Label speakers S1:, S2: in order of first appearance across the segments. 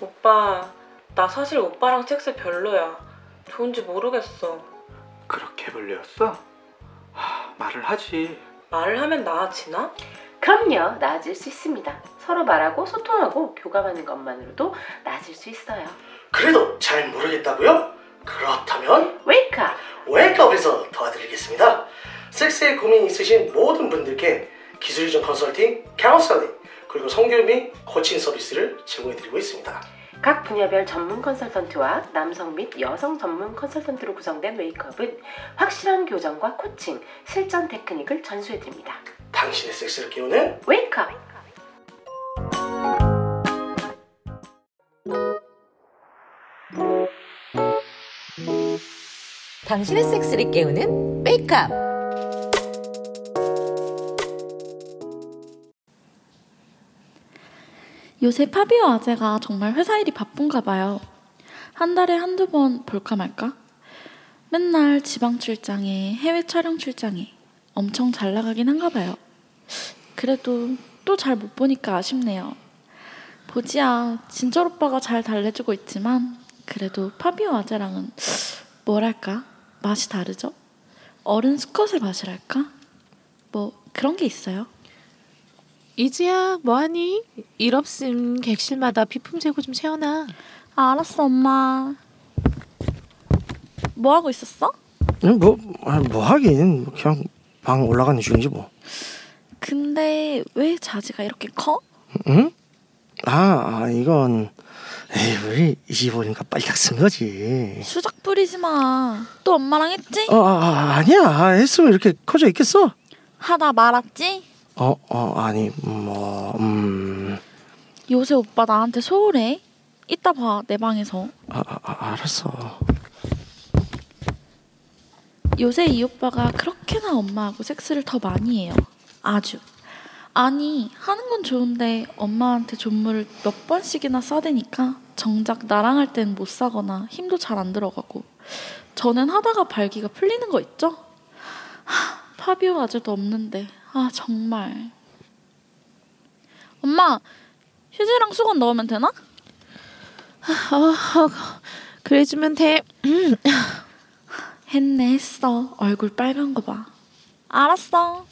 S1: 오빠, 나 사실 오빠랑 섹스 별로야. 좋은지 모르겠어.
S2: 그렇게 별로였어? 하, 말을 하지.
S1: 말을 하면 나아지나?
S3: 그럼요, 나아질 수 있습니다. 서로 말하고 소통하고 교감하는 것만으로도 나아질 수 있어요.
S4: 그래도 잘 모르겠다고요? 그렇다면
S3: 웨이크업!
S4: 웨이크업에서 도와드리겠습니다. 섹스에 고민 있으신 모든 분들께 기술이전 컨설팅, 카운슬링, 그리고 성교육 및 코칭 서비스를 제공해드리고 있습니다.
S3: 각 분야별 전문 컨설턴트와 남성 및 여성 전문 컨설턴트로 구성된 웨이크업은 확실한 교정과 코칭, 실전 테크닉을 전수해드립니다.
S4: 당신의 섹스를 깨우는
S3: 웨이크업!
S5: 당신의 섹스를 깨우는 메이크업
S6: 요새 파비오 아재가 정말 회사 일이 바쁜가 봐요. 한 달에 한두 번 볼까 말까? 맨날 지방 출장에 해외 촬영 출장에 엄청 잘 나가긴 한가 봐요. 그래도 또 잘 못 보니까 아쉽네요. 보지야, 진철 오빠가 잘 달래주고 있지만 그래도 파비오 아재랑은 뭐랄까? 맛이 다르죠? 어른 수컷의 맛이랄까? 뭐 그런 게 있어요.
S7: 이지야 뭐하니? 일 없음 객실마다 비품 재고 좀 채워놔.
S6: 아, 알았어, 엄마. 뭐 하고 있었어?
S8: 뭐, 아니, 뭐 하긴 그냥 방 올라가는 중이지 뭐.
S6: 근데 왜 자지가 이렇게 커?
S8: 응? 아, 아, 이건 에이 우리 25니까 빨리 닦는 거지.
S6: 수작 부리지 마. 또 엄마랑 했지?
S8: 어, 아, 아, 아니야 했으면 이렇게 커져 있겠어?
S6: 하다 말았지?
S8: 어, 어, 아니 뭐, 음,
S6: 요새 오빠 나한테 소홀해. 이따 봐, 내 방에서.
S8: 아, 아, 아, 알았어.
S6: 요새 이 오빠가 그렇게나 엄마하고 섹스를 더 많이 해요. 아주. 아니, 하는 건 좋은데 엄마한테 존물을 몇 번씩이나 싸대니까 정작 나랑 할 땐 못 싸거나 힘도 잘 안 들어가고 저는 하다가 발기가 풀리는 거 있죠? 하, 파비오 아재도 없는데 아 정말 엄마 휴지랑 수건 넣으면 되나?
S7: 어, 어 그래주면 돼.
S6: 했네 했어 얼굴 빨간 거 봐 알았어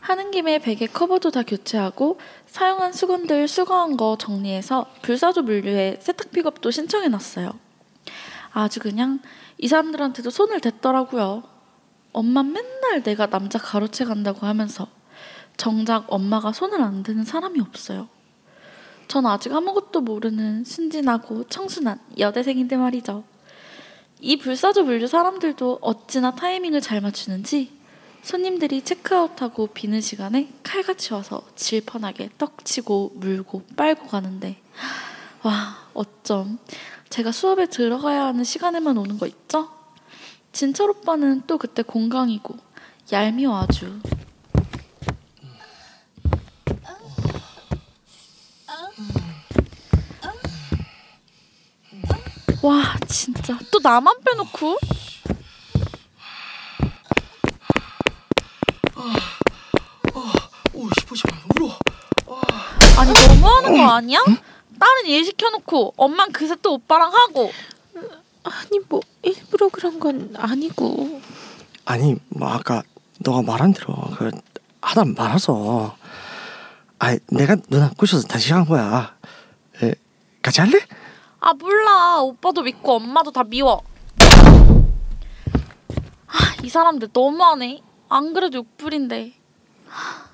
S6: 하는 김에 베개 커버도 다 교체하고 사용한 수건들 수거한 거 정리해서 불사조 물류에 세탁 픽업도 신청해 놨어요 아주 그냥 이 사람들한테도 손을 댔더라고요 엄마 맨날 내가 남자 가로채 간다고 하면서 정작 엄마가 손을 안 대는 사람이 없어요 전 아직 아무것도 모르는 순진하고 청순한 여대생인데 말이죠. 이 불사조 분류 사람들도 어찌나 타이밍을 잘 맞추는지 손님들이 체크아웃하고 비는 시간에 칼같이 와서 질펀하게 떡치고 물고 빨고 가는데 와 어쩜 제가 수업에 들어가야 하는 시간에만 오는 거 있죠? 진철 오빠는 또 그때 공강이고 얄미워 아주 와 진짜 또 나만 빼놓고
S8: 오, 싶어 싶어 울어.
S6: 아니 너무하는 거 아니야? 딸은 일 시켜놓고 엄만 그새 또 오빠랑 하고
S7: 아니 뭐 일부러 그런 건 아니고.
S8: 아니 뭐 아까 너가 말한 대로 그 하다 말아서, 아, 내가 누나 꼬셔서 다시 한 거야. 에, 같이 할래?
S6: 아 몰라 오빠도 믿고 엄마도 다 미워 아, 이 사람들 너무하네 안 그래도 욕불인데 하,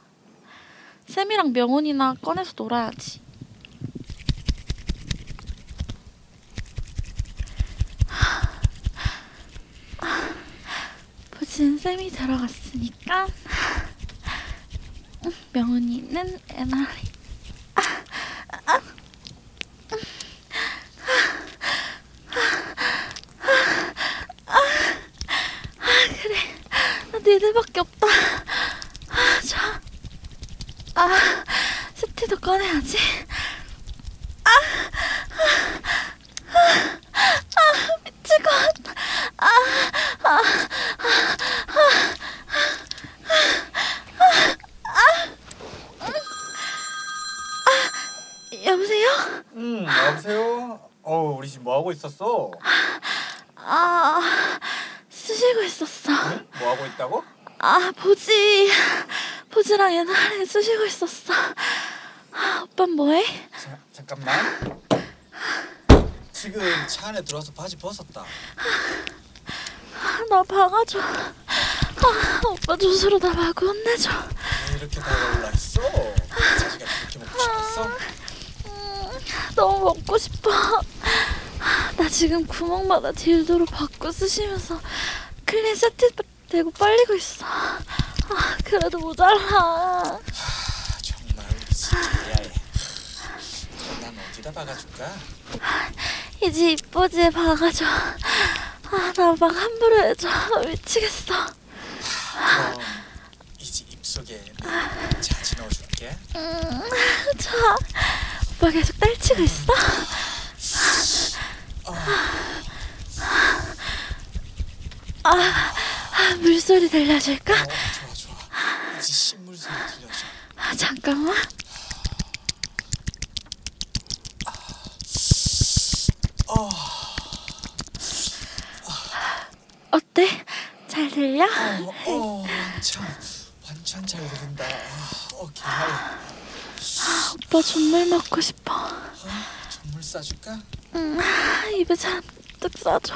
S6: 쌤이랑 명훈이나 꺼내서 놀아야지 하, 하, 부진 쌤이 들어갔으니까 하, 음, 명훈이는 에나리 나 니들밖에 없다. 아, 저, 아, 스티도 꺼내야지. 아, 아, 아, 아, 미칠 것 같다. 아, 아, 아, 아, 아, 아, 아, 아, 쉬고 있었어.
S9: 뭐 하고 있다고?
S6: 아 보지 보지랑 옛날에 쑤시고 있었어 아, 오빠 뭐해?
S9: 자, 잠깐만. 지금 차 안에 들어와서 바지 벗었다.
S6: 아, 나 박아줘 아, 오빠 조수로 나 마구 혼내줘
S9: 왜 이렇게 다올라 있어? 자기가 그렇게 먹고 싶었어?
S6: 음, 너무 먹고 싶어 아, 나 지금 구멍마다 딜도로 받고 쑤시면서 클린 세트 되고 빨리고 있어 아, 그래도 모자라
S9: 아, 정말 우리 진짜 미안해. 난 어디다 박아줄까?
S6: 이제 이쁘지 박아줘 아나막 함부로 해줘 미치겠어
S9: 그럼 이제 입속에 내 자지 넣어줄게.
S6: 음, 자, 오빠 계속 딸치고 있어?
S9: 어.
S6: 아, 아, 물소리 들려줄까?
S9: 어, 좋아 좋아. 이제 신물 소리 들려줘.
S6: 아, 잠깐만. 어때? 잘 들려?
S9: 어, 어 완전 완전 잘 들린다. 아, 오케이.
S6: 오빠 존물 먹고 싶어.
S9: 전물 싸줄까?
S6: 아, 입에 잔뜩 싸줘.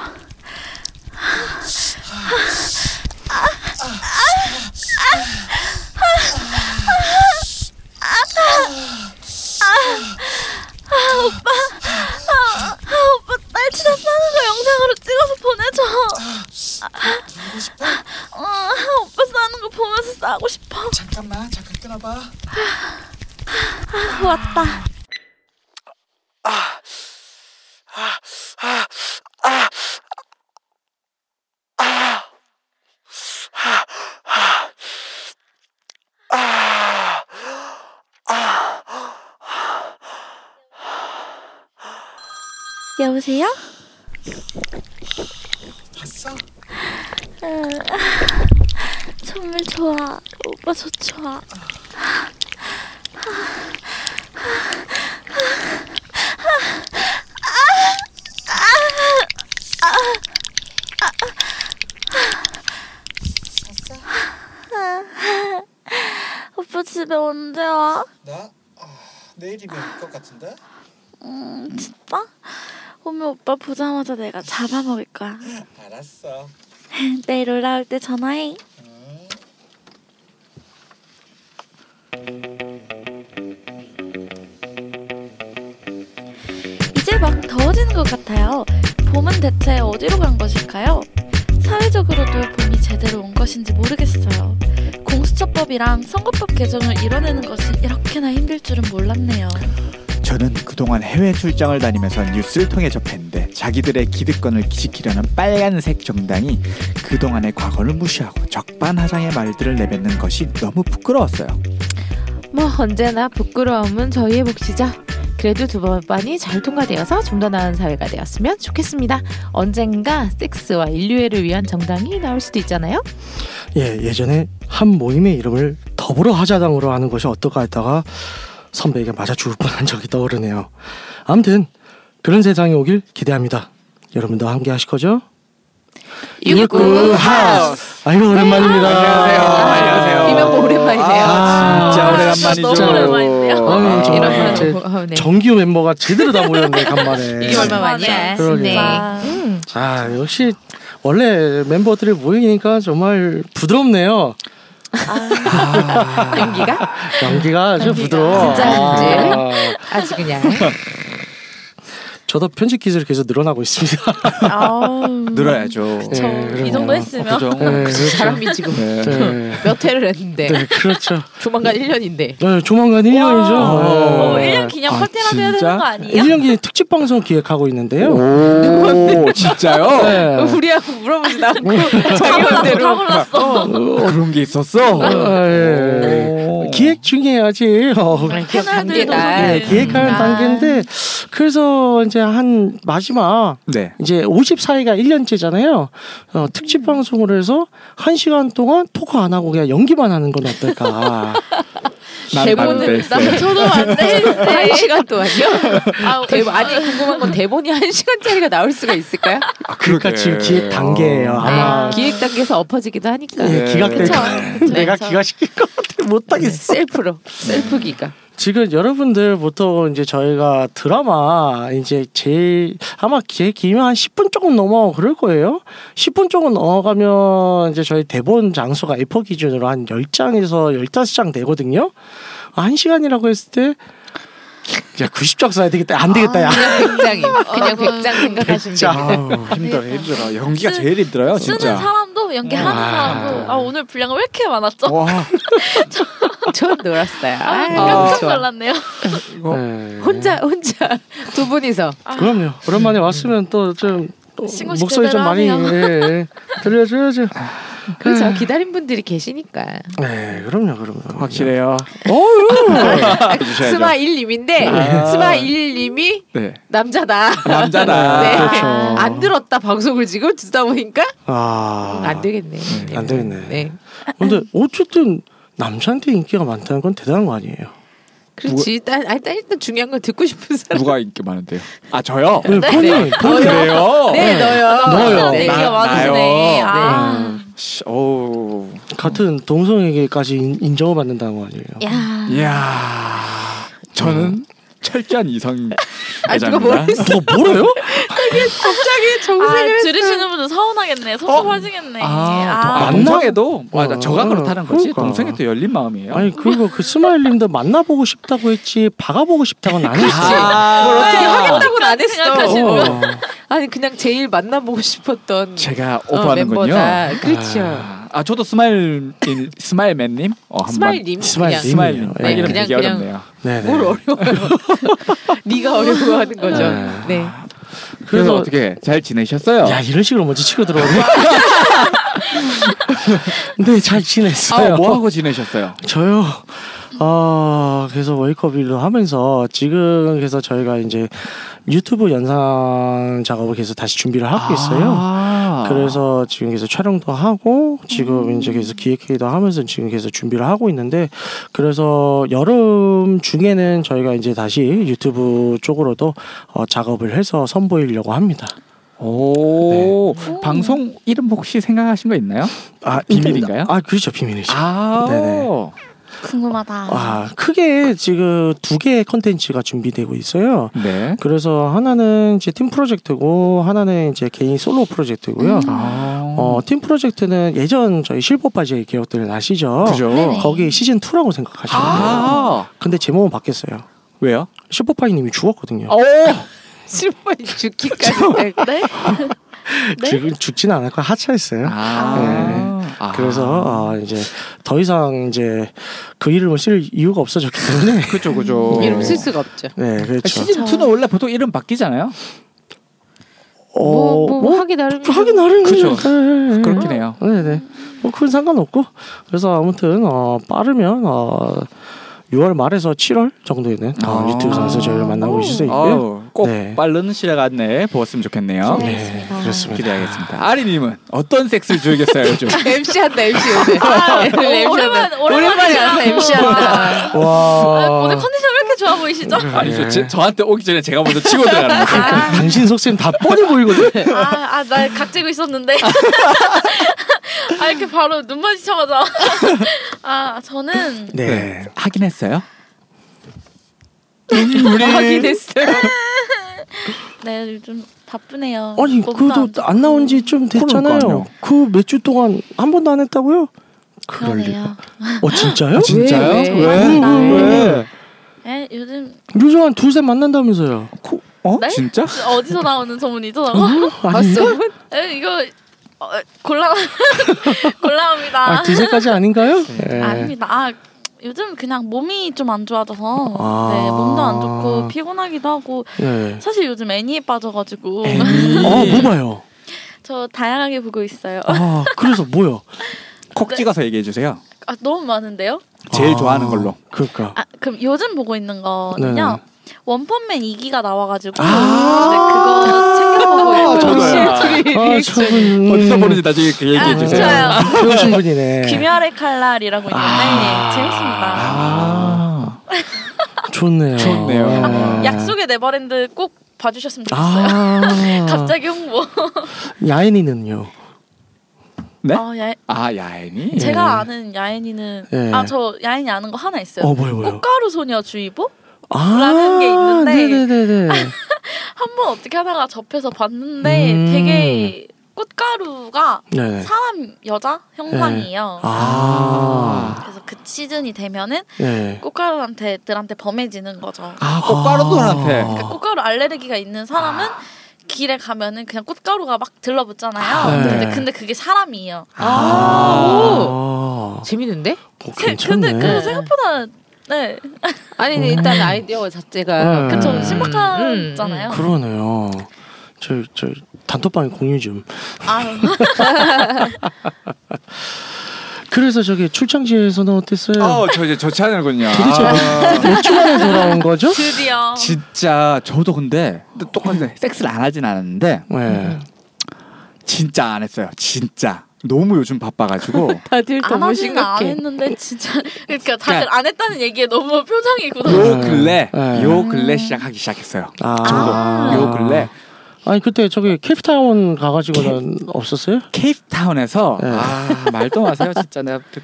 S6: 아, 아, 오빠 딸치다 싸는 거 영상으로 찍어서 보내줘.
S9: 들고 싶어?
S6: 아, 오빠 싸는 거 보면서 싸고 싶어.
S9: 잠깐만 잠깐 끊어봐.
S6: 아, 왔다. 여보세요?
S9: 봤어?
S6: 정말 아, 좋아. 오빠 저 좋아.
S9: 봤어?
S6: 오빠 집에 언제 와?
S9: 나 아, 내일이면 올 것 같은데.
S6: 음, 진짜? 오면 오빠 보자마자 내가 잡아먹을 거야.
S9: 알았어.
S6: 내일 올라올 때 전화해. 이제 막 더워지는 것 같아요. 봄은 대체 어디로 간 것일까요? 사회적으로도 봄이 제대로 온 것인지 모르겠어요. 공수처법이랑 선거법 개정을 이뤄내는 것이 이렇게나 힘들 줄은 몰랐네요.
S10: 저는 그동안 해외 출장을 다니면서 뉴스를 통해 접했는데 자기들의 기득권을 지키려는 빨간색 정당이 그동안의 과거를 무시하고 적반하장의 말들을 내뱉는 것이 너무 부끄러웠어요.
S7: 뭐 언제나 부끄러움은 저희의 몫이죠. 그래도 두 번만이 잘 통과되어서 좀 더 나은 사회가 되었으면 좋겠습니다. 언젠가 섹스와 인류애를 위한 정당이 나올 수도 있잖아요.
S8: 예, 예전에 한 모임의 이름을 더불어 하자당으로 하는 것이 어떨까 했다가 선배에게 맞아 죽을 뻔한 적이 떠오르네요. 아무튼 그런 세상이 오길 기대합니다. 여러분도 함께 하실 거죠?
S7: 육구 하우스. 네.
S8: 아이고 오랜만입니다.
S10: 안녕하세요. 안녕하세요.
S7: 이명보 아, 오랜만이네요.
S8: 아,
S10: 진짜
S8: 아,
S10: 오랜만이죠.
S7: 너무 오랜만인데요.
S8: 아유,
S10: 네,
S8: 정말
S7: 이런
S8: 제
S7: 거 어, 네.
S8: 정규 멤버가 제대로 다 모였네 간만에.
S7: 이게 얼마 만이야.
S8: 그러게요.
S7: 네.
S6: 아,
S7: 음.
S8: 자 역시 원래 멤버들이 모이니까 정말 부드럽네요.
S7: 아.
S8: 아.
S7: 연기가
S8: 연기가 아주 부드러워.
S7: 진짜
S8: 아,
S7: 아주 그냥
S8: 저도 편집 기술이 계속 늘어나고 있습니다.
S6: 아우.
S10: 늘어야죠. 아,
S8: 그쵸. 네, 그럼요.
S6: 이 정도 했으면.
S10: 그죠?
S8: 네, 그렇죠.
S7: 사람이 지금
S10: 네.
S8: 네,
S7: 몇 회를 했는데
S8: 네, 그렇죠.
S7: 조만간 1년인데 어,
S8: 네, 조만간 1년이죠.
S10: 와.
S8: 네.
S6: 1년 기념
S10: 아,
S6: 파티라도 해야 되는
S10: 진짜?
S6: 거 아니에요?
S8: 1년 기념 특집 방송 기획하고 있는데요.
S10: 오, 진짜요?
S8: 네.
S7: 우리하고 물어보지도 않고 자기 혼대로
S10: 어, 그런 게 있었어. 네.
S8: 아, 예.
S10: 오.
S8: 기획 중에 아직 어,
S7: 단계다.
S8: 네, 기획하는
S7: 아.
S8: 단계인데 그래서 이제 한 마지막
S10: 네.
S8: 이제 54회가 1년째잖아요. 어,
S7: 음.
S8: 특집 방송으로 해서 1시간 동안 토크 안 하고 그냥 연기만 하는 건 어떨까.
S10: 나는
S7: 대본은
S10: 안 뺐어요.
S7: 나
S6: 저도 안 돼.
S7: 한 시간 동안요?
S6: 아,
S7: 대, 아니 궁금한 건 대본이 한 시간짜리가 나올 수가 있을까요?
S10: 아,
S8: 그러니까
S10: 그러게.
S8: 지금 기획 단계예요.
S10: 어.
S8: 아마
S7: 아, 기획 단계에서 엎어지기도 하니까.
S8: 예, 기각될
S7: 그쵸.
S8: 거
S7: 그쵸,
S8: 내가
S7: 그쵸.
S8: 기각시킬 것 같아
S7: 네,
S8: 못하겠어.
S7: 셀프로 셀프 기가.
S8: 지금 여러분들 보통 이제 저희가 드라마 이제 제일 아마 제 기면 한 10분 조금 넘어 그럴 거예요. 10분 조금 넘어가면 이제 저희 대본 장소가 A4 기준으로 한 10장에서 15장 되거든요. 아, 1시간이라고 했을 때 야, 90장 써야 되겠다. 안 되겠다. 야.
S7: 그냥 백장이 그냥
S6: 어,
S7: 백장 생각하시면 돼요.
S10: 아, 네. 아우, 힘들어
S7: 네.
S10: 힘들어. 연기가
S6: 쓰-
S10: 제일 힘들어요
S6: 쓰는
S10: 아, 진짜.
S6: 사람도 연기하는
S10: 와.
S6: 사람도 아 오늘 분량 왜 이렇게 많았죠?
S10: 와
S7: 전 놀았어요.
S6: 아,
S7: 아이,
S6: 깜짝
S10: 진짜.
S6: 놀랐네요.
S10: 이거 아.
S8: 네.
S7: 혼자 혼자 두 분이서
S8: 그럼요. 오랜만에 왔으면 또좀
S6: 신고
S8: 목소리 좀 많이
S6: 시켜달라
S8: 예, 예. 들려줘야죠.
S10: 아.
S7: 그래서
S6: 음.
S7: 기다린 분들이 계시니까
S8: 네, 그럼요, 그럼요.
S10: 확실해요. 네, 해주셔야죠.
S7: 스마 1님인데
S10: 아.
S7: 스마 1님이
S10: 네
S7: 남자다.
S10: 남자다.
S7: 네.
S8: 그렇죠.
S7: 안 들었다 방송을 지금 듣다 보니까
S8: 아,
S7: 안 되겠네.
S10: 네,
S8: 안 되겠네.
S7: 네.
S8: 근데 어쨌든 남자한테 인기가 많다는 건 대단한 거 아니에요?
S7: 그렇지. 일단 아니, 일단 일단 중요한 건 듣고 싶은 사람.
S10: 누가 인기 많은데요? 아 저요. 아,
S8: 네, 본인, 본인.
S10: 그래요.
S7: 네, 너요.
S8: 너요.
S7: 네.
S10: 나-
S6: 얘기가 많으네.
S10: 나요.
S6: 아,
S10: 씨, 어우.
S8: 같은 동성에게까지 인- 인정을 받는다는 거 아니에요?
S6: 야.
S10: 이야. 저는 철저한 이성 아, 애자입니다.
S7: 모르겠어.
S8: 너 뭐래요?
S7: 갑자기
S6: 아,
S7: 정색을 했어요.
S6: 들으시는 분들 서운하겠네. 섭섭하시겠네.
S10: 아,
S8: 아.
S10: 동성애도 맞아.
S8: 어,
S10: 저가 그렇다는 거지.
S8: 그러니까.
S10: 동성애도 열린 마음이에요.
S8: 아니 그리고 그 스마일님도 만나보고 싶다고 했지 박아보고 싶다고는 안 했지.
S10: 아, 뭘
S7: 어떻게 하겠다고는 안 했어.
S6: 생각하시는 거야?
S8: 어.
S7: 아니 그냥 제일 만나보고 싶었던
S10: 제가
S7: 어,
S10: 오버하는군요.
S7: 멤버다. 그렇죠.
S10: 아, 아, 저도 스마일 스마일맨님. 어, 한번.
S7: 스마일님
S8: 스마일
S7: 그냥
S8: 님.
S10: 스마일님.
S8: 네,
S10: 이름
S7: 그냥,
S10: 되게
S7: 그냥.
S10: 어렵네요.
S8: 네네.
S7: 뭘 어려워요? 네가 어려워하는 거죠.
S8: 네.
S7: 네.
S10: 그래서
S8: 그래서-
S10: 어떻게 잘 지내셨어요?
S8: 야 이런 식으로 먼저 치고 들어오네. 네, 잘 지냈어요.
S10: 아, 뭐 하고 지내셨어요?
S8: 저요. 아, 그래서 웨이크업 일로 하면서 지금 그래서 저희가 이제 유튜브 연상 작업을 계속 다시 준비를 하고 있어요.
S10: 아.
S8: 그래서 지금 계속 촬영도 하고 지금 이제 계속 기획회의도 하면서 지금 계속 준비를 하고 있는데 그래서 여름 중에는 저희가 이제 다시 유튜브 쪽으로도 어, 작업을 해서 선보이려고 합니다.
S10: 오 방송 이름 혹시 생각하신 거 있나요?
S8: 아,
S10: 비밀인가요?
S8: 아, 그렇죠. 비밀이죠.
S10: 아,
S8: 네네.
S6: 궁금하다.
S8: 아, 크게 지금 두 개의 컨텐츠가 준비되고 있어요.
S10: 네.
S8: 그래서 하나는 이제 팀 프로젝트고 하나는 이제 개인 솔로 프로젝트고요.
S10: 아,
S8: 어, 팀 프로젝트는 예전 저희 실버 바지의 기억들은 아시죠?
S10: 그죠.
S6: 네네.
S8: 어. 거기 시즌 2라고 생각하시면 돼요.
S10: 아,
S8: 근데 제목은 바뀌었어요.
S10: 왜요?
S8: 실버파이님이 죽었거든요.
S10: 오,
S7: 실버 죽기까지.
S6: 네? 네?
S8: 죽, 죽지는 않았고 하차했어요.
S10: 아, 아.
S8: 네. 그래서 어, 이제 더 이상 이제 그 이름을 쓸 이유가 없어졌기 때문에
S10: 그죠, 그죠.
S7: 이름 쓸 수가 없죠.
S8: 네 그렇죠.
S10: 아, 시즌 2는 원래 보통 이름 바뀌잖아요.
S8: 어,
S7: 뭐, 뭐, 하기 나름.
S8: 하긴 나름
S10: 그죠.
S8: 네, 네,
S10: 그렇죠. 그렇긴 해요.
S8: 네네. 뭐 그건 상관없고 그래서 아무튼 어, 빠르면 어, 6월 말에서 7월 정도에는 어,
S10: 아.
S8: 유튜브에서 저희를 만나고 계실 수 있고요.
S10: 아우, 꼭
S8: 네.
S10: 빠른 시간 안에 보았으면 좋겠네요.
S8: 네,
S10: 아.
S8: 그렇습니다.
S10: 기대하겠습니다. 아리님은 어떤 섹스를 즐겼어요 요즘?
S7: MC 한다 MC 요새.
S6: 어,
S7: 아, MC 한다.
S6: 네, 오랜만- 오랜만이야.
S7: 오랜만에 와서 MC 한다.
S6: 아,
S8: 와.
S6: 오늘 컨디션 왜 이렇게 좋아 보이시죠?
S10: 아니
S8: 네.
S10: 저, 제- 저한테 오기 전에 제가 먼저 치고 들어가는 거죠.
S8: 그 당신 속셈 다 뻔히 보이거든.
S6: 아, 아, 나 각지고 있었는데. 아, 이렇게 바로 눈 마주쳐마자. 아, 저는
S8: 네.
S10: 하긴 했어요. 눈물이
S7: 확인했어요.
S6: 네, 요즘 바쁘네요.
S8: 아니
S6: 몸도
S8: 그래도
S6: 좋고.
S8: 안 나온 지 좀 됐잖아요.
S10: 그러니까요.
S8: 그 몇 주 동안 한 번도 안 했다고요? 그럴 리가.
S6: 그러네요.
S8: 어 진짜요?
S10: 진짜요?
S7: 왜, 왜?
S8: 왜?
S6: 에, 요즘
S8: 요즘 한 두세 만난다면서요?
S10: 코- 어?
S6: 네?
S10: 진짜?
S6: 어디서 나오는 소문이죠? 저거?
S8: 아닌가?
S6: 에, 이거 어, 곤란 곤란합니다.
S8: 아, 두세까지 아닌가요? 예.
S6: 아닙니다. 아, 요즘 그냥 몸이 좀 안 좋아져서
S8: 아.
S6: 네, 몸도 안 좋고 피곤하기도 하고
S8: 네.
S6: 사실 요즘 애니에 빠져가지고
S10: 네.
S8: 어, 뭐 봐요?
S6: 저 다양하게 보고 있어요.
S8: 아, 그래서 뭐요?
S10: 콕 찍어서 얘기해 주세요.
S6: 아, 너무 많은데요?
S10: 제일
S8: 아,
S10: 좋아하는 걸로.
S8: 그러니까.
S6: 아, 그럼 요즘 보고 있는 거는요. 원펀맨 2기가 나와가지고
S8: 아.
S6: 이제 그거 챙겨 보고 있고
S10: 아, 저도요. 음.
S8: 아, 저분 네.
S10: 어디서 보는지 나중에 그 얘기해
S6: 아,
S10: 주세요.
S6: 좋아요.
S8: 배우신 분이네.
S6: 귀멸의 칼날이라고 있는데 재밌습니다.
S10: 아,
S8: 좋네요.
S10: 좋네요.
S8: 예.
S6: 약속의 네버랜드 꼭 봐주셨으면 좋겠어요.
S8: 아,
S6: 갑자기 홍보.
S8: 야인이는요.
S10: 네?
S6: 어, 야,
S10: 아 야인이?
S6: 제가 아는 야인이는
S8: 예.
S6: 아 저 야인이 아는 거 하나 있어요.
S8: 어, 뭐요, 뭐요?
S6: 꽃가루 소녀 주의보
S8: 아,
S6: 라는 게 있는데.
S8: 네네네네.
S6: 한 번 어떻게 하다가 접해서 봤는데
S8: 음.
S6: 되게 꽃가루가
S8: 네네.
S6: 사람 여자 형상이에요.
S8: 예. 아,
S6: 그래서 그 시즌이 되면은
S8: 예.
S6: 꽃가루한테 들한테 범해지는 거죠.
S10: 아 꽃가루들한테
S6: 그러니까 꽃가루 알레르기가 있는 사람은
S8: 아.
S6: 길에 가면은 그냥 꽃가루가 막 들러붙잖아요.
S8: 아, 네.
S6: 근데, 근데 그게 사람이에요.
S10: 아.
S8: 아,
S7: 재밌는데?
S8: 어,
S6: 세-
S8: 괜찮네.
S6: 근데 그 생각보다 네,
S7: 아니 근데 일단 아이디어 자체가
S8: 음.
S6: 그쵸
S8: 음,
S7: 음.
S6: 신박하잖아요.
S8: 그러네요. 저, 저 단톡방에 공유 좀.
S6: 아유.
S8: 그래서 저기 출장지에서는 어땠어요?
S10: 어, 저 이제 저 채널군요.
S8: 도대체
S10: 아.
S8: 주말에 돌아온 거죠?
S6: 드디어
S10: 진짜 저도 근데 똑같은데 섹스를 안 하진 않았는데
S8: 네.
S10: 진짜 안 했어요. 진짜 너무 요즘 바빠가지고
S7: 다들
S6: 안
S7: 너무
S6: 하지는 안
S7: 심각해.
S6: 했는데 진짜 그러니까 다들
S10: 그러니까-
S6: 안 했다는 얘기에 너무 표정이 굳어.
S10: 요 근래
S8: 네.
S10: 요 근래 시작하기 시작했어요.
S8: 아,
S10: 저도 요 근래
S8: 아니 그때 저기 케이프타운 가가지고는 없었어요?
S10: 케이프타운에서
S8: 네.
S10: 아 말도 마세요 진짜 내가 그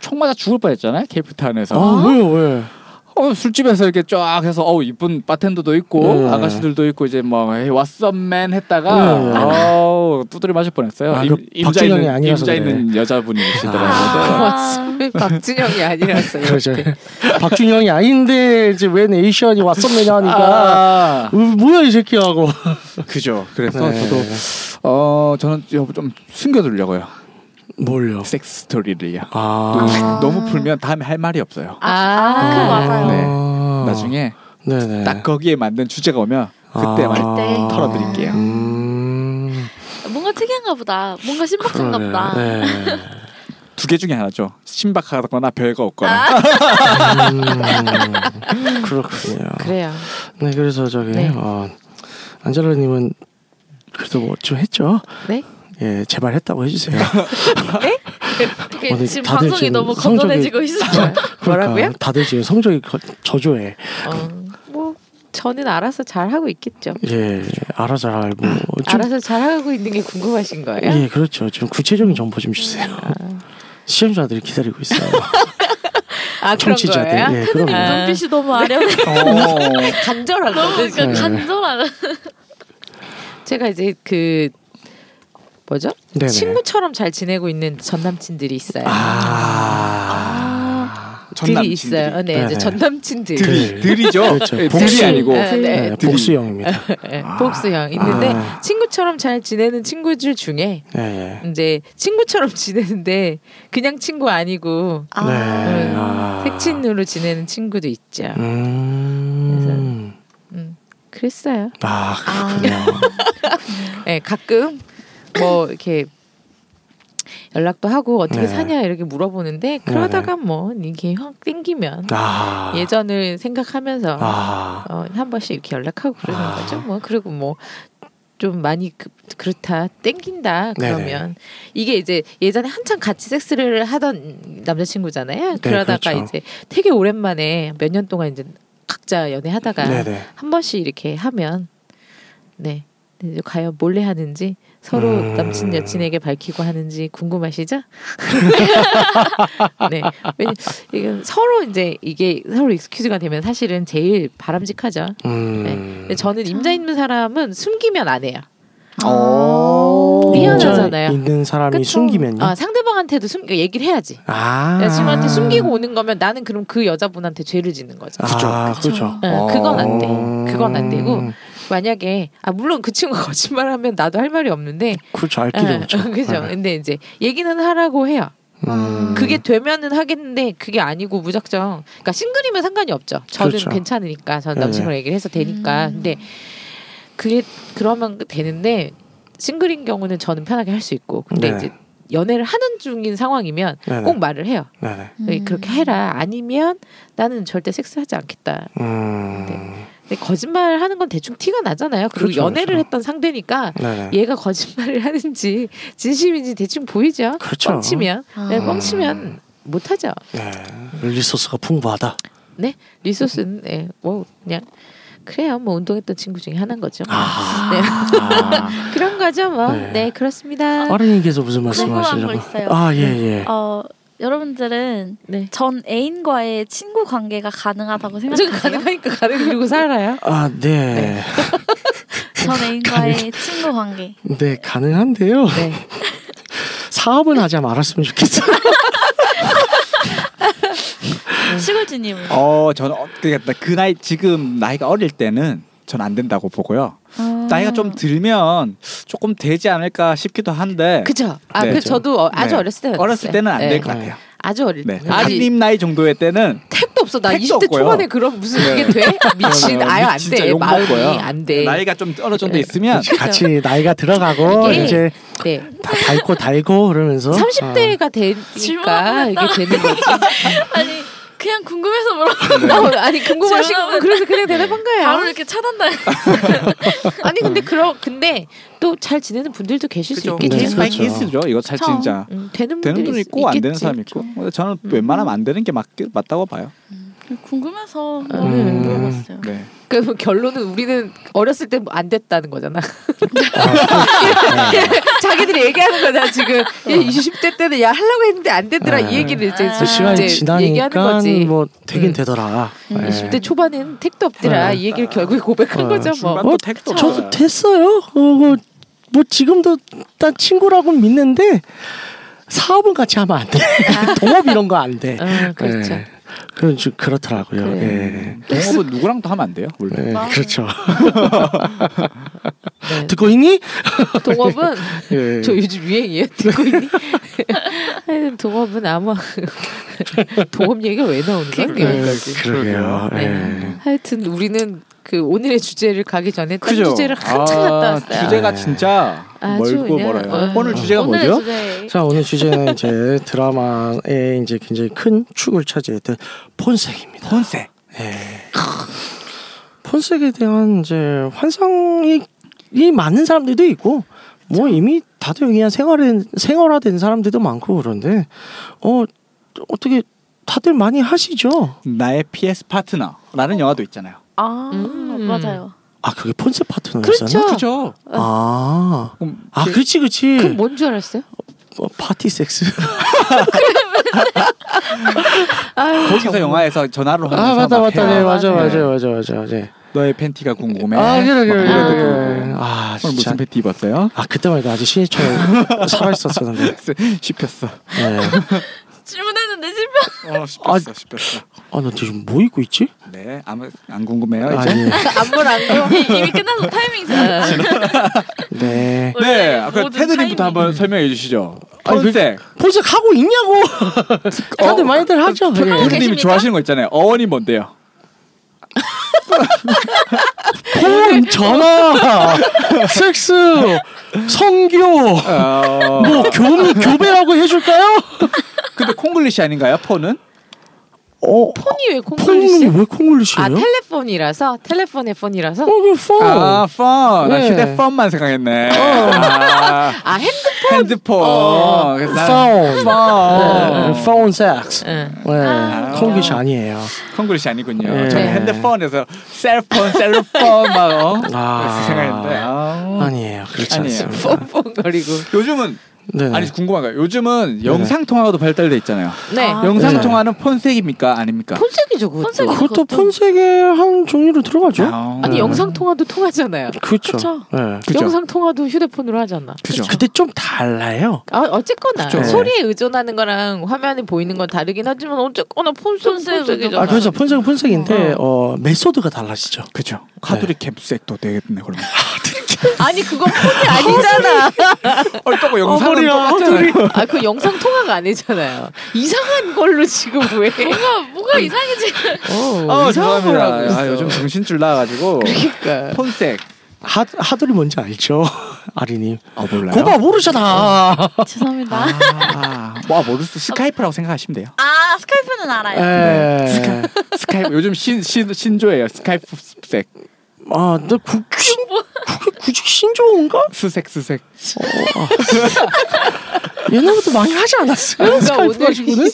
S10: 총 맞아 죽을 뻔했잖아요 케이프타운에서
S8: 아 왜요 왜?
S10: 어, 술집에서 이렇게 쫙 해서 어 이쁜 바텐더도 있고
S8: 네.
S10: 아가씨들도 있고 이제 뭐 에이, 왓썸맨 했다가
S8: 네.
S10: 어 두드려 맞을 뻔했어요
S8: 아,
S10: 임-
S8: 그 박진영이 아니라서
S10: 임자
S8: 그래.
S10: 있는 여자분이시더라고요
S6: 아.
S7: 왓슨이 어, 박진영이 아니라서요.
S8: 그러죠. 박준영이 아닌데 이제 왜 네이션이 왔었느냐 하니까
S10: 아,
S8: 으, 뭐야 이 새끼 하고.
S10: 그죠 그래서
S8: 네.
S10: 저도 어 저는 좀- 좀 숨겨두려고요
S8: 뭘요?
S10: 섹스 스토리를요
S8: 아.
S10: 너무 풀면 다음에 할 말이 없어요
S7: 아,
S6: 그거 맞아요.
S10: 네.
S8: 아.
S10: 나중에
S8: 네네.
S10: 딱 거기에 맞는 주제가 오면 그때
S8: 아.
S10: 말
S6: 그때.
S10: 털어드릴게요.
S8: 음.
S6: 뭔가 특이한가 보다. 뭔가 신박한가
S8: 그러네.
S6: 보다.
S8: 네.
S10: 두 개 중에 하나죠. 신박하거나 별거
S7: 아.
S10: 없거나.
S8: 어. 음. 그렇군요.
S7: 그래요.
S8: 네 그래서 저기
S7: 네.
S8: 어, 안젤라님은 그래도 뭐 좀 했죠.
S7: 네?
S8: 예 제발 했다고 해주세요.
S6: 이게
S8: 오늘
S6: 지금
S8: 다들
S6: 방송이
S8: 지금
S6: 너무
S8: 성적이-
S6: 건전해지고 있어요.
S7: 뭐라고요?
S8: 그러니까 다들 지금 성적이 거- 저조해.
S7: 어, 뭐 저는 알아서 잘 하고 있겠죠.
S8: 예, 알아서 알고. 좀,
S7: 알아서 잘 하고 있는 게 궁금하신 거예요?
S8: 예, 그렇죠. 좀 구체적인 정보 좀 주세요. 시험자들이 기다리고 있어요.
S7: 아 그런
S8: 청취자들.
S7: 거예요?
S8: 예, 그럼.
S7: 아.
S6: 눈빛이 너무 아련해.
S10: 어.
S7: 간절한
S6: 너무
S7: 거죠.
S6: 그러니까
S8: 네.
S6: 간절한.
S7: 제가 이제 그 뭐죠?
S8: 네네.
S7: 친구처럼 잘 지내고 있는 전 남친들이 있어요.
S8: 아.
S7: 들이
S10: 전남친들이.
S7: 있어요. 어, 네, 이제
S8: 네네.
S7: 전 남친들.
S8: 들이.
S10: 들이죠.
S8: 그렇죠.
S10: 예,
S8: 복수.
S10: 들이 아니고.
S7: 아, 네.
S8: 네, 복수형입니다.
S7: 예, 복수형 있는데
S8: 아.
S7: 친구처럼 잘 지내는 친구들 중에
S8: 예, 예.
S7: 이제 친구처럼 지내는데 그냥 친구 아니고
S8: 아. 네. 아.
S7: 색친으로 지내는 친구도 있죠.
S8: 음.
S7: 음, 그랬어요.
S8: 아, 그렇군요.
S7: 예, 가끔 뭐 이렇게 연락도 하고 어떻게
S8: 네.
S7: 사냐 이렇게 물어보는데 그러다가 뭐 이게 확 땡기면
S8: 아.
S7: 예전을 생각하면서
S8: 아.
S7: 어, 한 번씩 이렇게 연락하고 그러는
S8: 아.
S7: 거죠. 뭐 그리고 뭐 좀 많이 그, 그렇다 땡긴다
S8: 네네.
S7: 그러면 이게 이제 예전에 한참 같이 섹스를 하던 남자친구잖아요. 그러다가
S8: 그렇죠.
S7: 이제 되게 오랜만에 몇 년 동안 이제 각자 연애하다가
S8: 네네.
S7: 한 번씩 이렇게 하면 네 이제 과연 몰래 하는지 서로
S8: 음.
S7: 남친 여친에게 밝히고 하는지 궁금하시죠? 네, 왜냐- 이건 서로 이제 이게 서로 익스큐즈가 되면 사실은 제일 바람직하죠.
S8: 음.
S7: 네. 근데 저는 임자 있는 사람은 숨기면 안 해요.
S10: 어.
S7: 미안하잖아요.
S8: 혼자 음. 있는 사람이
S7: 그쵸?
S8: 숨기면요.
S7: 아, 상대방한테도 숨 얘기를 해야지.
S8: 아.
S7: 여자친구한테 숨기고 오는 거면 나는 그럼 그 여자분한테 죄를 짓는 거죠.
S8: 아, 그렇죠.
S7: 예, 그건 안 돼.
S8: 음.
S7: 그건 안 되고 만약에 아 물론 그 친구가 거짓말하면 나도 할 말이 없는데
S8: 그렇죠. 알 길이
S7: 예,
S8: 없죠.
S7: 그죠.
S8: 네.
S7: 근데 이제 얘기는 하라고 해요.
S8: 음.
S7: 그게 되면은 하겠는데 그게 아니고 무작정. 그러니까 싱글이면 상관이 없죠. 저는
S8: 그렇죠.
S7: 괜찮으니까 저는
S8: 네네.
S7: 남친이랑 얘기를 해서 되니까. 근데 그게 그러면 되는데 싱글인 경우는 저는 편하게 할 수 있고. 근데
S8: 네.
S7: 이제 연애를 하는 중인 상황이면
S8: 네네.
S7: 꼭 말을 해요.
S8: 네네.
S6: 음.
S7: 그렇게 해라. 아니면 나는 절대 섹스하지 않겠다.
S8: 음.
S7: 근데 거짓말 하는 건 대충 티가 나잖아요. 그리고
S8: 그렇죠,
S7: 연애를
S8: 그렇죠.
S7: 했던 상대니까
S8: 네네.
S7: 얘가 거짓말을 하는지 진심인지 대충 보이죠.
S8: 그렇죠.
S7: 뻥치면 네,
S8: 아.
S7: 뻥치면 못하죠.
S8: 네. 리소스가 풍부하다.
S7: 네 리소스는 네, 뭐 그냥 그래요 뭐 운동했던 친구 중에 하나인 거죠.
S10: 아.
S7: 네. 그런 거죠 뭐.
S8: 네.
S7: 네, 그렇습니다.
S8: 아, 어른이께서 무슨
S6: 궁금한 거
S8: 말씀하시려고?
S6: 있어요.
S8: 아, 예, 예.
S6: 어, 여러분들은
S7: 네. 음.
S6: 전 애인과의 친구 관계가 가능하다고
S7: 좀
S6: 생각하세요?
S7: 가능하니까 가능 이러고 살아요.
S8: 아, 네.
S6: 전 애인과의 친구 관계.
S8: 네, 가능한데요.
S7: 네.
S8: 사업은 하지 말았으면 좋겠어요. 네.
S6: 시골주님은
S10: 어, 저는 어, 그러니까 그 나이 지금 나이가 어릴 때는 전 안 된다고 보고요.
S6: 아.
S10: 나이가 좀 들면 조금 되지 않을까 싶기도 한데
S7: 그죠. 아,
S10: 네,
S7: 그
S10: 저-
S7: 저도 어, 아주
S10: 네.
S7: 어렸을 때는
S10: 어렸을
S7: 어땠어요.
S10: 때는 안 될
S7: 네.
S10: 것 같아요.
S7: 아주 어릴
S10: 네.
S7: 때.
S10: 한님 나이 정도의 때는
S7: 택도 없어. 나
S10: 택도
S7: 20대
S10: 없고요.
S7: 초반에 그런 무슨
S10: 네.
S7: 이게 돼? 미친
S10: 그러면
S7: 아유 안
S10: 진짜
S7: 돼.
S10: 욕
S7: 마음이
S10: 먹고요. 네.
S7: 안 돼. 네.
S10: 나이가 좀 어느 정도
S8: 그렇죠.
S10: 있으면
S7: 그렇죠.
S8: 같이 나이가 들어가고
S7: 이게-
S8: 이제
S7: 네.
S8: 다 달고 달고
S10: 어?
S8: 그러면서
S10: 아.
S7: 30대가 되니까
S6: 질문하고
S7: 이게 되는 거지.
S6: 아니 그냥 궁금해서 물어봐.
S8: 음.
S10: 네.
S7: 어, 아니 궁금하신
S6: 질문하고
S7: 건 그래서 그냥 대답한
S6: 바로
S7: 거예요.
S6: 이렇게 차단당.
S7: 아니 근데 그러 근데 또 잘 지내는 분들도 계실
S10: 그죠.
S7: 수 있겠죠.
S8: 네,
S10: 스파이
S8: 그렇죠.
S10: 케이스죠. 이거 잘
S6: 그렇죠.
S10: 진짜
S7: 음, 되는
S10: 되는
S7: 분들이
S10: 분이 있고 안 되는 사람이 있고. 근데 저는 웬만하면 안 되는 게 맞, 맞다고 봐요.
S6: 궁금해서
S7: 음.
S6: 물어봤어요.
S10: 네.
S7: 그 결론은 우리는 어렸을 때 안 됐다는 거잖아.
S10: 네.
S7: 자기들이 얘기하는 거잖아 지금.
S10: 어.
S7: 얘 20대 때는 야 하려고 했는데 안 되더라
S8: 아.
S10: 네.
S7: 이 얘기를 이제
S6: 아.
S8: 그 시간이
S7: 이제 얘기하는
S8: 지나니까
S7: 거지.
S8: 뭐 되긴
S7: 음.
S8: 되더라. 예.
S10: 네.
S7: 20대 초반엔 택도 없더라
S8: 아.
S7: 이 얘기를 결국에 고백한
S8: 아.
S7: 거죠 뭐.
S10: 어, 중반도 택도
S8: 저도
S10: 없어요.
S8: 됐어요. 어, 뭐, 뭐 지금도 난 친구라고 믿는데 사업은 같이 하면 안 돼. 동업 이런 거 안 돼.
S7: 어, 아. 그렇죠.
S10: 네.
S8: 예. 그런 좀 그렇더라고요.
S7: 그래요.
S8: 예.
S10: 음, 동업은 누구랑도 하면 안 돼요. 원래.
S8: 예, 그렇죠.
S7: 네.
S8: 듣고 있니?
S7: 동업은
S10: 네.
S8: 예.
S7: 저 요즘 유행이에요. 듣고 있니? 하여튼 동업은 아마 동업 얘기가 왜 나오는 거야?
S8: 예,
S10: 네.
S7: 여기까지.
S8: 그러게요. 예.
S7: 네. 하여튼 우리는 그 오늘의 주제를 가기 전에 딴 주제를 한참
S10: 아,
S7: 갔다 왔어요.
S10: 주제가
S8: 네.
S10: 진짜
S7: 아주
S10: 멀고
S7: 그냥,
S10: 멀어요.
S7: 어.
S10: 오늘 주제가
S6: 오늘의 네.
S10: 뭐죠?
S6: 주제.
S8: 자 오늘 주제는 이제 드라마에 이제 굉장히 큰 축을 차지했던 폰색입니다. 예.
S10: 본색.
S8: 폰색에 대한 이제 환상이 이 많은 사람들도 있고 뭐 이미 다들 그냥 생활에 생활화된 사람들도 많고 그런데 어 어떻게 다들 많이 하시죠?
S10: 나의 PS 파트너라는 영화도 있잖아요.
S6: 아
S7: 음.
S6: 맞아요.
S8: 아 그게 폰색 파트너였었나?
S7: 그렇죠.
S10: 그죠?
S8: 아,
S10: 그럼
S8: 아
S10: 그-
S8: 그렇지 그렇지.
S7: 그럼 뭔 줄 알았어요?
S8: 어, 파티 섹스.
S7: 아유,
S10: 거기서
S7: 정말.
S10: 영화에서 전화로 하면서
S8: 아 맞다
S10: 막
S8: 맞다
S10: 해요.
S8: 네 맞아 맞아
S10: 네.
S8: 맞아 맞아 맞아. 네.
S10: 너의 팬티가 궁금해.
S8: 아 그래 그래
S10: 막 이래도
S8: 그래.
S10: 그러고.
S8: 아
S10: 네. 오늘
S8: 진짜.
S10: 무슨 팬티 입었어요?
S8: 아 그때만 해도 아직 신해철 살아 있었었는데.
S10: 씹혔어.
S8: 네.
S6: 질문했는데 실패.
S10: 어, 씹혔어, 씹혔어.
S8: 아나 지금 뭐 입고 있지?
S10: 네, 아무 안 궁금해요.
S8: 아
S10: 이제?
S8: 예.
S7: 그러니까 안물 안고
S6: 이미 끝나서 타이밍 잘.
S8: 네.
S10: 네,
S6: 원래
S10: 아까
S6: 모든
S10: 테드님부터
S6: 타이밍이-
S10: 한번 설명해 주시죠.
S8: 아니, 그-
S10: 컨셉.
S8: 폰색 하고 있냐고.
S10: 어,
S8: 다들
S10: 그
S8: 많이들 하죠. 예.
S10: 테드님이 좋아하시는 거 있잖아요. 어원이 뭔데요?
S8: 폰, 전화, 섹스, 성교,
S10: 어,
S8: 뭐 교무 교배라고 해줄까요?
S10: 근데 콩글리시 아닌가요? 폰은?
S8: 어,
S7: 폰이 왜
S8: 폰이
S7: 콩글리시?
S8: 왜
S7: 아
S8: 콩글리시예요?
S7: 텔레폰이라서 텔레폰의 폰이라서
S8: 어, 그 폰.
S10: 아, 폰. 나
S8: 네. 어.
S10: 휴대폰만 생각했네. 아,
S7: 아 핸드
S10: 핸드폰. 그래서 나는
S8: 폰.
S10: 폰.
S8: 네, 폰 섹스.
S7: 응.
S8: 네,
S10: 아.
S8: 콩글리시 아니에요.
S10: 콩글리시 아니군요.
S8: 네.
S10: 저는 핸드폰에서 셀폰, 셀폰 막 어.
S8: 아.
S10: 그래서 생각했는데. 아.
S8: 아니에요. 그렇지
S10: 아니에요.
S8: 않습니다.
S7: 폰폰 거리고
S10: 요즘은
S8: 네.
S10: 아니 궁금한 거예요. 요즘은 영상 통화도 발달돼 있잖아요.
S7: 네
S6: 아,
S10: 영상
S8: 네.
S10: 통화는 폰색입니까? 아닙니까?
S7: 폰색이죠 그거
S6: 폰색이-
S8: 그것도
S6: 그것도-
S8: 폰색의 한 종류로 들어가죠.
S10: 아.
S7: 아니
S8: 네.
S7: 영상 통화도 통하잖아요
S8: 그렇죠.
S6: 그쵸.
S8: 네.
S10: 그죠.
S7: 영상 통화도 휴대폰으로 하잖아
S10: 그죠.
S8: 근데 좀 달라요.
S7: 아, 어쨌거나
S8: 그쵸.
S7: 소리에 의존하는 거랑 화면에 보이는 건 다르긴 하지만 어쨌거나 폰색
S6: 폰색이죠.
S7: 폰색이잖아
S8: 아 그래서 폰색은 폰색인데 어 메소드가 달라지죠.
S10: 그죠. 카드리 캡색도 되겠네 그러면.
S7: 아니 그건 폰이 아니잖아
S10: 얼떨고 어, 영상은
S8: 머리야,
S10: 똑같잖아요.
S7: 아 그 영상 통화가 아니잖아요 이상한 걸로 지금 왜
S6: 뭔가 아, 뭐가 이상해지.
S7: 어,
S10: 어
S7: 이상한 걸 하고
S10: 죄송합니다.
S7: 있어
S10: 아, 요즘 정신줄 나가지고
S7: 그러니까
S10: 폰색.
S8: 하 하들이 뭔지 알죠, 아리님.
S10: 아 몰라요. 어.
S8: 고바 모르잖아.
S6: 죄송합니다.
S10: 아, 와 모르 스카이프라고 생각하시면 돼요.
S6: 아 스카이프는
S8: 네.
S6: 알아요.
S10: 네.
S8: 에.
S10: 스카이프 요즘 신, 신 신조예요. 스카이프색.
S8: 아, 나 구, 신, 그게 굳이 신조어인가?
S10: 스색 스색.
S8: 옛날부터 많이 하지 않았어요?
S7: 그러니까
S8: 스카이프
S7: 오늘
S8: 가지고는?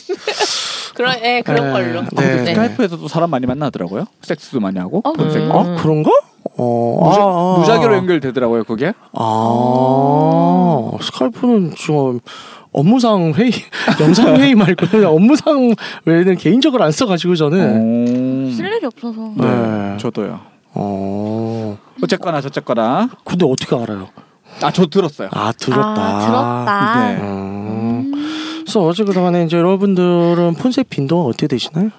S11: 그런 예 그런
S8: 네,
S11: 걸로.
S10: 아, 근데
S8: 네.
S10: 스카이프에서도 사람 많이 만나더라고요. 섹스도 많이 하고.
S11: 어,
S10: 돈 생기고.
S8: 어 그런가? 어,
S10: 무자,
S8: 아, 아.
S10: 무작위로 연결되더라고요 그게.
S8: 아 스카이프는 지금 업무상 회의, 영상 회의 말고 그냥 업무상 외에는 개인적으로 안 써가지고 저는.
S6: 쓸 일이 없어서.
S10: 어,
S8: 네.
S10: 네. 저도요.
S8: 어.
S10: 어쨌거나 저쨌거나.
S8: 근데 어떻게 알아요?
S10: 아 저 들었어요.
S8: 아 들었다.
S6: 아, 들었다.
S10: 네.
S8: 음. 그래서 어쨌든간에 이제 여러분들은 폰색 빈도가 어떻게 되시나요?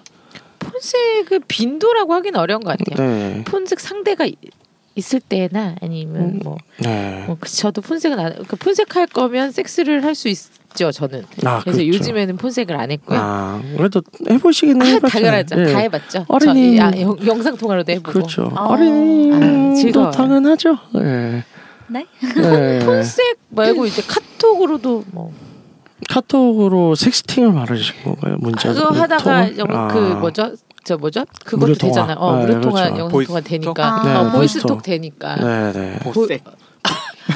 S7: 폰색의 빈도라고 하긴 어려운 것 같아요.
S8: 네.
S7: 폰색 상대가 이- 있을 때나 아니면 뭐,
S8: 네.
S7: 뭐 그- 저도 폰색은 안 그러니까 폰색할 거면 섹스를 할 수 있죠 저는.
S8: 아
S7: 그래서
S8: 그렇죠.
S7: 요즘에는 폰색을 안 했고요. 아,
S8: 아 음, 그래도 해보시긴 해봤죠.
S7: 당연하죠.
S8: 예.
S7: 다 해봤죠.
S8: 어린이-
S7: 저희, 아, 영상 통화로도 해보고. 어.
S8: 그렇죠.
S6: 아.
S7: 아,
S8: 어린이도
S7: 즐거워요.
S8: 당연하죠. 예.
S6: 네?
S8: 예.
S7: 폰색 말고 이제 카톡으로도 뭐
S8: 카톡으로 섹스팅을 말하신 건가요? 문자
S7: 그거 하다가
S8: 통화?
S7: 영,
S8: 아.
S7: 그 뭐죠? 저 뭐죠? 그것도
S8: 무료 통화.
S7: 되잖아. 어,
S8: 네,
S7: 무료 통화,
S8: 그렇죠.
S7: 영상
S10: 보이스
S7: 통화
S10: 톡?
S7: 되니까.
S6: 아.
S7: 어,
S8: 네,
S7: 보이스
S8: 보이스톡.
S7: 톡 되니까.
S8: 네네.
S10: 보색.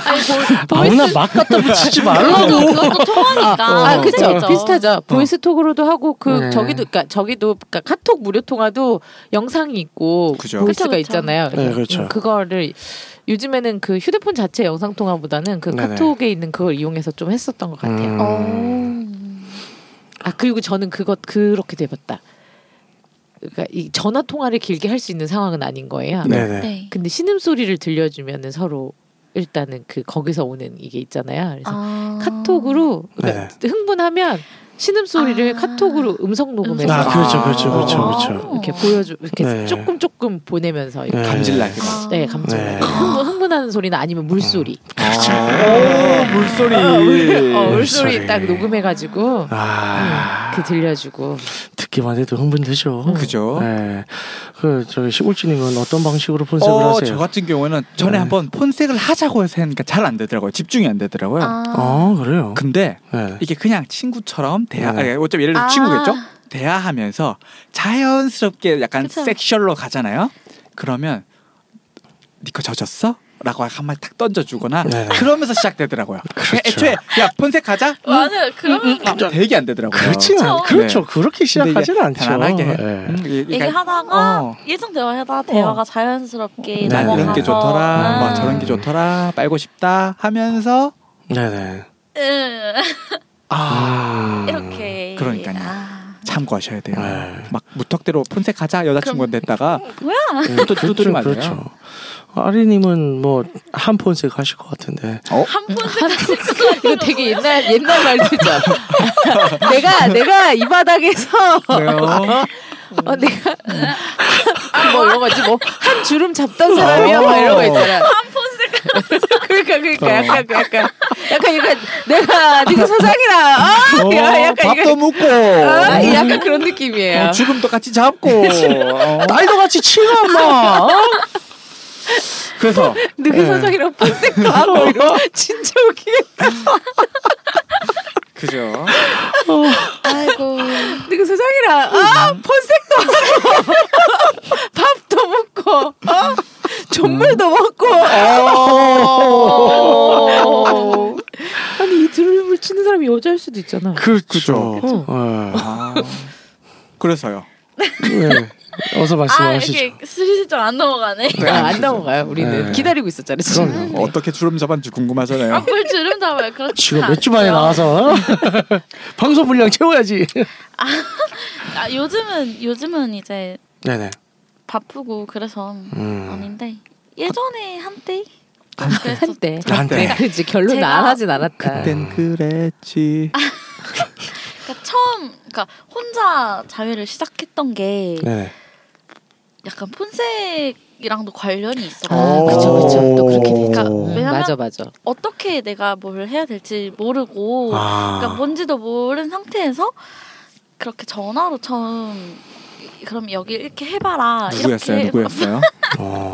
S7: 아니, 보,
S8: 아무나
S7: 보이스
S8: 막 갖다 붙이지 말라고.
S11: 그것도
S6: 그러니까. 어.
S11: 통하니까.
S7: 아, 그쵸 비슷하죠. 보이스톡으로도 하고 그
S8: 네.
S7: 저기도 그러니까 저기도 그러니까 카톡 무료 통화도 영상이 있고
S10: 그죠.
S7: 보이스가
S6: 그쵸, 그쵸.
S7: 있잖아요. 음,
S8: 네, 그렇죠.
S7: 그거를 요즘에는 그 휴대폰 자체 영상 통화보다는 그
S8: 네네. 음.
S7: 카톡에 있는 그걸 이용해서 좀 했었던 것 같아요.
S6: 어.
S7: 아 그리고 저는 그것 그렇게 돼봤다. 그러니까 이 전화 통화를 길게 할 수 있는 상황은 아닌 거예요.
S8: 네네.
S6: 네.
S7: 근데 신음 소리를 들려주면은 서로 일단은 그 거기서 오는 이게 있잖아요. 그래서
S6: 아.
S7: 카톡으로
S8: 아. 네.
S7: 그러니까 흥분하면 신음 소리를
S6: 아.
S7: 카톡으로 음성 녹음해서
S8: 아 그렇죠 그렇죠 그렇죠
S7: 아.
S8: 그렇죠.
S7: 이렇게 보여주 이렇게
S8: 네.
S7: 조금 조금 보내면서 이렇게
S8: 네.
S10: 감질나게.
S6: 아.
S7: 네 감정
S8: 네.
S7: 흥분, 흥분하는 소리나 아니면 물소리
S10: 아, 물소리.
S7: 어,
S8: 네. 물소리.
S7: 물소리 딱 녹음해가지고
S8: 아
S7: 그 들려주고
S8: 듣기만 해도 흥분되죠.
S10: 그죠.
S8: 네. 그 저기 시골지님은 어떤 방식으로 폰색을
S10: 어,
S8: 하세요?
S10: 저 같은 경우에는 전에
S8: 네.
S10: 한번 폰색을 하자고 해서 했는데 잘 안 되더라고요. 집중이 안 되더라고요.
S8: 아 그래요.
S10: 근데
S8: 네.
S10: 이게 그냥 친구처럼 대화,
S8: 네.
S10: 아니, 어차피 예를 들어
S6: 아.
S10: 친구겠죠? 대화하면서 자연스럽게 약간
S6: 그쵸.
S10: 섹슈얼로 가잖아요. 그러면 니거 젖었어? 라고 한마디 탁 던져주거나
S8: 네.
S10: 그러면서 시작되더라고요.
S8: 그렇죠. 어.
S10: 애초에 야 폰색 가자.
S6: 어. 음, 맞아. 그러면
S10: 되게 안 되더라고요. 네.
S8: 그렇진 않. 그렇죠. 그렇게
S10: 근데 이제
S8: 시작하진 않죠.
S10: 편안하게
S8: 예.
S10: 음, 이게 그러니까
S6: 얘기하다가
S10: 어.
S6: 예전 대화하다가 대화가 어. 자연스럽게
S8: 네,
S10: 나
S6: 넘어가서
S10: 이런 게 좋더라,
S8: 음.
S10: 뭐 저런 게 좋더라, 빨고 싶다 하면서
S8: 네네.
S6: 음,
S10: 아
S8: 음.
S6: 이렇게
S10: 그러니까요.
S6: 아,
S10: 참고하셔야 돼요.
S8: 네.
S10: 막 무턱대로 폰색하자 여자친구가 됐다가
S6: 뭐야?
S8: 네,
S10: 아. 또 두드리면 안 돼요.
S8: 그렇죠. 아리님은 뭐 한 폰색 하실 것 같은데.
S10: 어?
S6: 한 번씩
S7: 이거 되게 옛날 옛날 말투죠. 내가 내가 이 바닥에서
S10: 그래요?
S7: 어, 내가 뭐 이런 거지 뭐 한 주름
S10: 어.
S7: 잡던 사람이야 막 이런 거 있잖아. 한 폰스 그러니까
S10: 어.
S7: 그러니까 약간 그 약간 약간 약간 내가 네가 소장이라 아
S10: 어,
S7: 야, 약간
S10: 밥도
S7: 이거
S10: 묻고
S7: 아 약간 그런 느낌이에요.
S10: 어, 죽음도 같이 잡고 어.
S8: 나이도 같이 치가 엄마.
S10: 그래서
S7: 누구 소장이랑 폰색도 하고
S10: 어.
S7: 이런 진짜 웃기겠다.
S10: 그죠.
S6: 아이고
S7: 누구 소장이랑 그 아 폰색도 하고 밥도 먹고 어 존물도
S8: 어.
S7: 먹고. 아니 이 드럼을 치는 사람이 여자일 수도 있잖아.
S8: 그렇죠. 어.
S10: 아, 그래서요.
S8: 네. 어서
S11: 아
S8: 말씀하시죠.
S11: 이렇게 슬슬 안 넘어가네.
S7: 아, 안 넘어가요. 우리는
S8: 네.
S7: 기다리고 있었잖아요. 지금.
S10: 어, 어떻게 주름 잡았는지 궁금하잖아요.
S11: 물 주름 잡아요. 그렇지.
S8: 지금 몇 주 만에
S11: 어.
S8: 나와서 방송 분량 채워야지.
S11: 아, 요즘은 요즘은 이제
S8: 네네.
S11: 바쁘고 그래서
S8: 음.
S11: 아닌데 예전에 한때
S7: 한때.
S8: 한때.
S7: 네, 그렇지 결론
S11: 제가-
S7: 안 하진 않았다.
S8: 음.
S10: 그땐 그랬지.
S11: 그러니까 처음 그러니까 혼자 자유를 시작했던 게
S8: 네네.
S11: 약간 폰색이랑도 관련이 있어.
S7: 아, 그쵸, 그쵸. 또 그렇게 되니까.
S8: 오.
S11: 왜냐면-
S7: 음, 맞아, 맞아.
S11: 어떻게 내가 뭘 해야 될지 모르고
S8: 아.
S11: 그러니까 뭔지도 모르는 상태에서 그렇게 전화로 처음 그럼 여기 이렇게 해봐라
S10: 아, 누구였어요?
S11: 이렇게
S10: 누구였어요?
S11: 뭐.
S8: 어.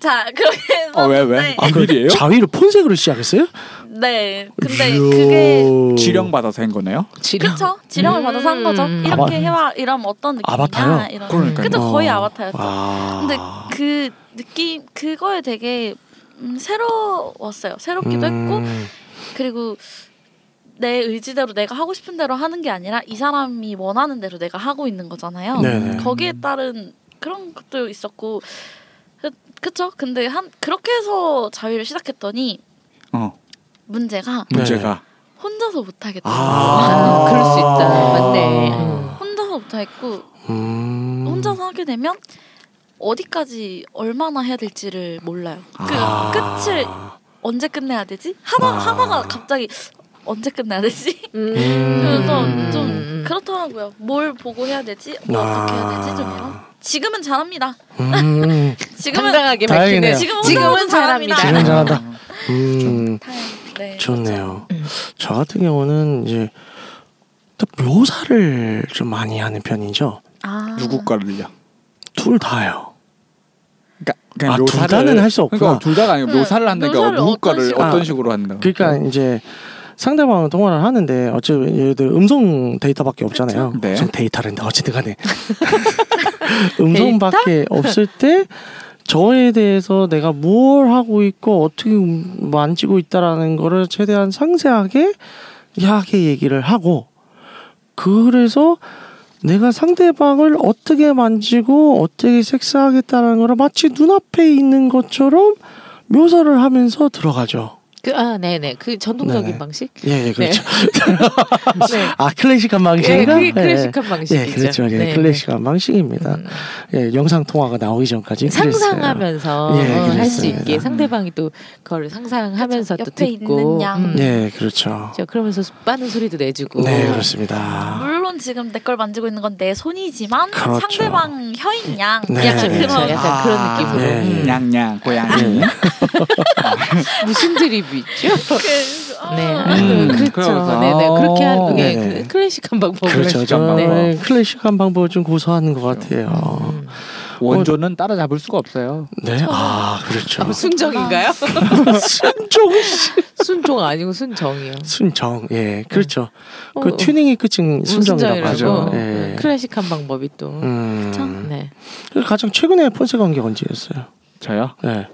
S11: 자 그렇게 해서
S10: 어, 왜, 왜?
S11: 네,
S10: 아, 비밀이에요?
S8: 자위를 폰색으로 시작했어요?
S11: 네. 근데
S8: 이야.
S11: 그게
S10: 지령 받아서 한 거네요.
S7: 지령.
S11: 그쵸 지령을
S7: 음.
S11: 받아서 한 거죠 이렇게
S8: 아바-
S11: 해봐 이러면 어떤 느낌이냐
S8: 아바타요?
S11: 이런
S10: 그러니까요.
S11: 그쵸 거의
S8: 어.
S11: 아바타였죠
S8: 아.
S11: 근데 그 느낌 그거에
S10: 음.
S11: 되게 음, 새로웠어요 새롭기도 했고
S8: 음.
S11: 그리고
S6: 내 의지대로 내가 하고 싶은 대로 하는 게 아니라 이 사람이 원하는 대로 내가 하고 있는 거잖아요.
S8: 네네.
S6: 거기에
S10: 음.
S6: 따른 그런 것도 있었고 그, 그쵸? 근데 한 그렇게 해서 자위를 시작했더니
S10: 어.
S6: 문제가
S10: 문제가
S6: 혼자서 못하겠다.
S10: 아. 아, 그럴 수 있다. 맞네.
S6: 혼자서 못하겠고
S10: 음.
S8: 음.
S6: 혼자서 하게 되면 어디까지 얼마나 해야 될지를 몰라요. 그
S10: 아.
S6: 끝을 언제 끝내야 되지? 하나
S10: 아.
S6: 하나가 갑자기 언제 끝내야 되지?
S8: 음.
S7: 음.
S6: 그래서 좀 그렇더라고요. 뭘 보고 해야 되지? 뭐
S8: 아.
S6: 어떻게 해야 되지? 좀 이런. 지금은 잘합니다.
S8: 음.
S6: 지금은
S8: 당당하게 밝히네요.
S6: 지금은,
S8: 지금은
S6: 혼자서는
S8: 잘합니다. 지금 잘한다.
S10: 아,
S8: 음,
S6: 네.
S8: 좋네요. 저 같은 경우는 이제 또 묘사를 좀 많이 하는 편이죠.
S6: 아.
S10: 누구 거를요?
S8: 둘 다요.
S10: 그냥
S8: 아, 둘
S10: 묘사를-
S8: 다는 할 수 없구나.
S10: 그러니까 둘 다가 아니고 묘사를 한다니까
S8: 묘사를
S10: 누구
S8: 어떤
S10: 거를 네.
S8: 식으로-
S10: 어떤
S8: 아,
S10: 식으로 한다.
S8: 그러니까 이제 상대방하고 통화를 하는데 어차피 예를 들어 음성 데이터밖에 없잖아요.
S10: 네.
S8: 음성 데이터랜다 어쨌든 간에 음성밖에
S10: 데이터?
S8: 없을 때 저에 대해서 내가 뭘 하고 있고 어떻게 음- 만지고 있다라는 거를 최대한 상세하게 야하게 얘기를 하고 그래서 내가 상대방을 어떻게 만지고 어떻게 섹스하겠다는 거를 마치 눈앞에 있는 것처럼 묘사를 하면 들어가죠.
S7: 그, 아, 네네. 그 전통적인
S8: 네네.
S7: 방식?
S8: 예, 예 그렇죠.
S7: 네.
S8: 아 클래식한 방식인가?
S7: 예, 그게 클래식한
S8: 예.
S7: 방식이죠.
S8: 예, 그렇죠. 예,
S7: 네, 네.
S8: 클래식한 방식입니다. 예, 영상 통화가 나오기 전까지
S7: 상상하면서
S8: 그랬어요. 예,
S7: 할 수
S8: 그랬습니다.
S7: 있게 상대방이 또 그걸 상상하면서 또
S6: 옆에
S7: 듣고 음. 네.
S6: 있는 양.
S8: 예, 그렇죠.
S7: 그렇죠. 그러면서 빠는 소리도 내주고
S8: 네, 그렇습니다.
S6: 물론 지금 내 걸 만지고 있는 건 내 손이지만
S8: 그렇죠.
S6: 상대방 혀인 양
S8: 네,
S6: 약간
S8: 네.
S6: 그런
S8: 약간
S6: 아.
S7: 그런 느낌으로
S8: 예, 예.
S10: 네. 냥냥 고양이.
S8: 네.
S7: 무슨 드립이죠? 네, 아,
S10: 음,
S7: 그렇죠.
S10: 그래서-
S7: 네네 그렇게 하는 게
S8: 그러니까. 네네.
S7: 그 클래식한 네. 방법.
S8: 그렇죠. 저는 클래식한 방법을 좀 고수하는 것 같아요.
S7: 음.
S10: 원조는 따라잡을 수가 없어요.
S8: 네, 아 그렇죠.
S7: 뭐 순정인가요?
S8: 순종.
S7: 순종 아니고 순정이요.
S8: 순정, 예, 그렇죠.
S7: 어.
S8: 그 튜닝이 끝은 순정이라고 하죠.
S7: 순정이라고. 네,
S8: 예.
S7: 클래식한 방법이 또.
S8: 음.
S7: 네.
S8: 그래서 가장 최근에 폰세 관계 언제였어요?
S10: 저요?
S8: 네.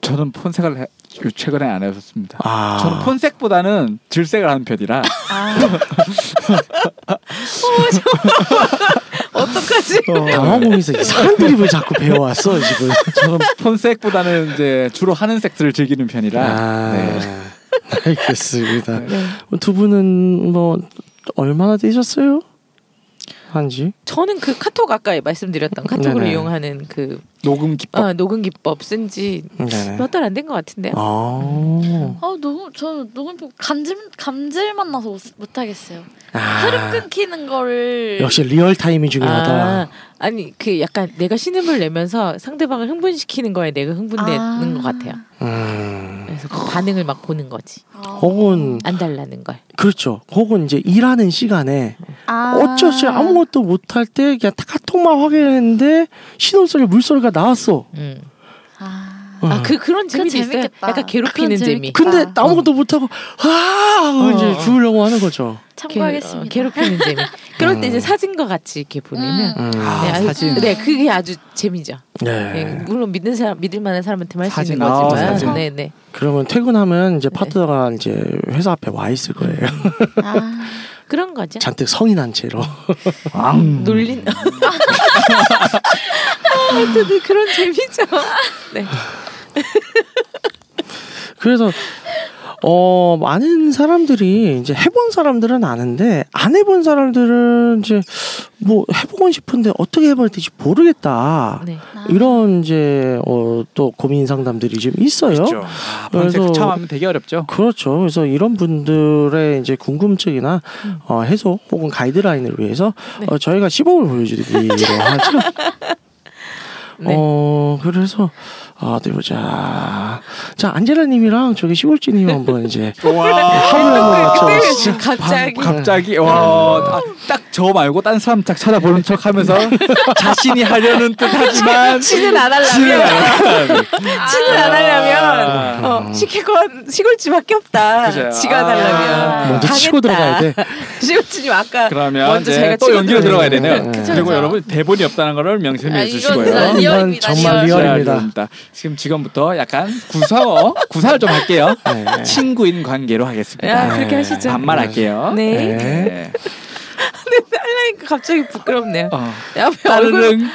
S10: 저는 폰색을 해, 요 최근에 안 했었습니다.
S8: 아.
S10: 저는 폰색보다는 질색을 하는 편이라.
S7: 어떡하지?
S8: 당황하면서 이상한 드립을 자꾸 배워왔어 지금.
S10: 저는 폰색보다는 이제 주로 하는 섹스를 즐기는 편이라.
S8: 아. 네.
S10: 네.
S8: 알겠습니다. 두 분은 뭐 얼마나 되셨어요? 한지?
S7: 저는 그 카톡 아까 말씀드렸던 카톡을
S8: 네네.
S7: 이용하는 그
S10: 녹음 기법
S7: 어, 녹음 기법 쓴 지
S8: 네네.
S7: 몇 달 안 된 것 같은데요.
S8: 아.
S6: 아 너무 저 너무 좀 감질 감질만 나서 못, 못 하겠어요.
S8: 아.
S6: 흐름 끊기는 거를
S8: 역시 리얼 타임이 중요하다.
S7: 아, 아니 그 약간 내가 신음을 내면서 상대방을 흥분시키는 거에 내가 흥분되는 것 같아요.
S8: 음.
S7: 그래서 그 반응을 막 보는 거지.
S8: 혹은
S7: 안 달라는 걸.
S8: 그렇죠. 혹은 이제 일하는 시간에
S6: 아.
S8: 어쩔 수 없이 아무것도 못할 때 그냥 딱 카톡만 확인했는데 신호소리 물소리가 나왔어.
S7: 음.
S8: 어.
S7: 아, 그 그런 재미도 있어요.
S6: 재밌겠다.
S7: 약간 괴롭히는
S6: 그건
S7: 재미.
S8: 근데 아무것도 못하고 아 하고 이제
S7: 어.
S8: 죽으려고 하는 거죠.
S6: 참고하겠습니다.
S7: 괴, 롭히는 재미. 그럴 때 이제 사진과 같이 이렇게 보내면
S10: 음. 아,
S7: 아주-
S10: 사진.
S7: 네, 그게 아주 재미죠.
S8: 네.
S7: 예, 물론 믿는 사람 믿을 만한 사람한테만 할 수 있는
S10: 사진, 아,
S7: 거지만.
S10: 사진.
S7: 네, 네.
S8: 그러면 퇴근하면 이제 파트너가 이제 회사 앞에 와 있을 거예요.
S6: 아.
S7: 그런 거죠.
S8: 잔뜩 성이 난 채로.
S7: 놀린.
S8: 음.
S7: 아, 하여튼 그런 재미죠. 네.
S8: 그래서 어 많은 사람들이 이제 해본 사람들은 아는데 안 해본 사람들은 이제 뭐 해보고 싶은데 어떻게 해봐야 될지 모르겠다.
S7: 네.
S8: 이런 이제 어, 또 고민 상담들이 좀 있어요.
S10: 있죠. 아, 폰색 처음 하면 되게 어렵죠.
S8: 그렇죠. 그래서 이런 분들의 이제 궁금증이나 어, 해소 혹은 가이드라인을 위해서
S6: 네.
S8: 어, 저희가 시범을 보여드리기로 하죠.
S6: 네.
S8: 어 그래서 아, 어디 보자. 자 안젤라님이랑 저기 시골지님 한번 이제
S6: 아,
S8: 하루에
S6: 그
S8: 한번 맞춰보시죠.
S7: 갑자기
S10: 갑자기 와 아, 딱 저 말고 딴 사람 딱 찾아보는 척하면서 자신이 하려는 듯하지만
S7: 친을 안 하려면.
S10: 친을 안 하려면. 음.
S7: 친을 안 하려면 어, 시킬 건 시골집밖에 없다.
S10: 그죠.
S7: 지가
S10: 아.
S7: 달라면
S8: 먼저 뭐 치고 들어가야 돼.
S7: 시골집 아까
S10: 그러면
S7: 먼저
S10: 이제
S7: 제가
S10: 또
S7: 치고
S10: 연기로 들어가야 되네요.
S8: 네, 네.
S10: 그리고 여러분 대본이 없다는 거를 명심해
S6: 아, 이건 진짜
S10: 주시고요.
S8: 이건
S6: 리얼입니다,
S8: 어, 정말
S10: 자,
S8: 리얼입니다.
S10: 리얼입니다. 지금 지금부터 약간 구사어 구사를 좀 할게요. 친구인 관계로 하겠습니다.
S7: 야, 그렇게 하시죠.
S10: 반말할게요.
S7: 네. 딸라니까 갑자기 부끄럽네요.
S10: 어.
S7: 야,
S10: 따르릉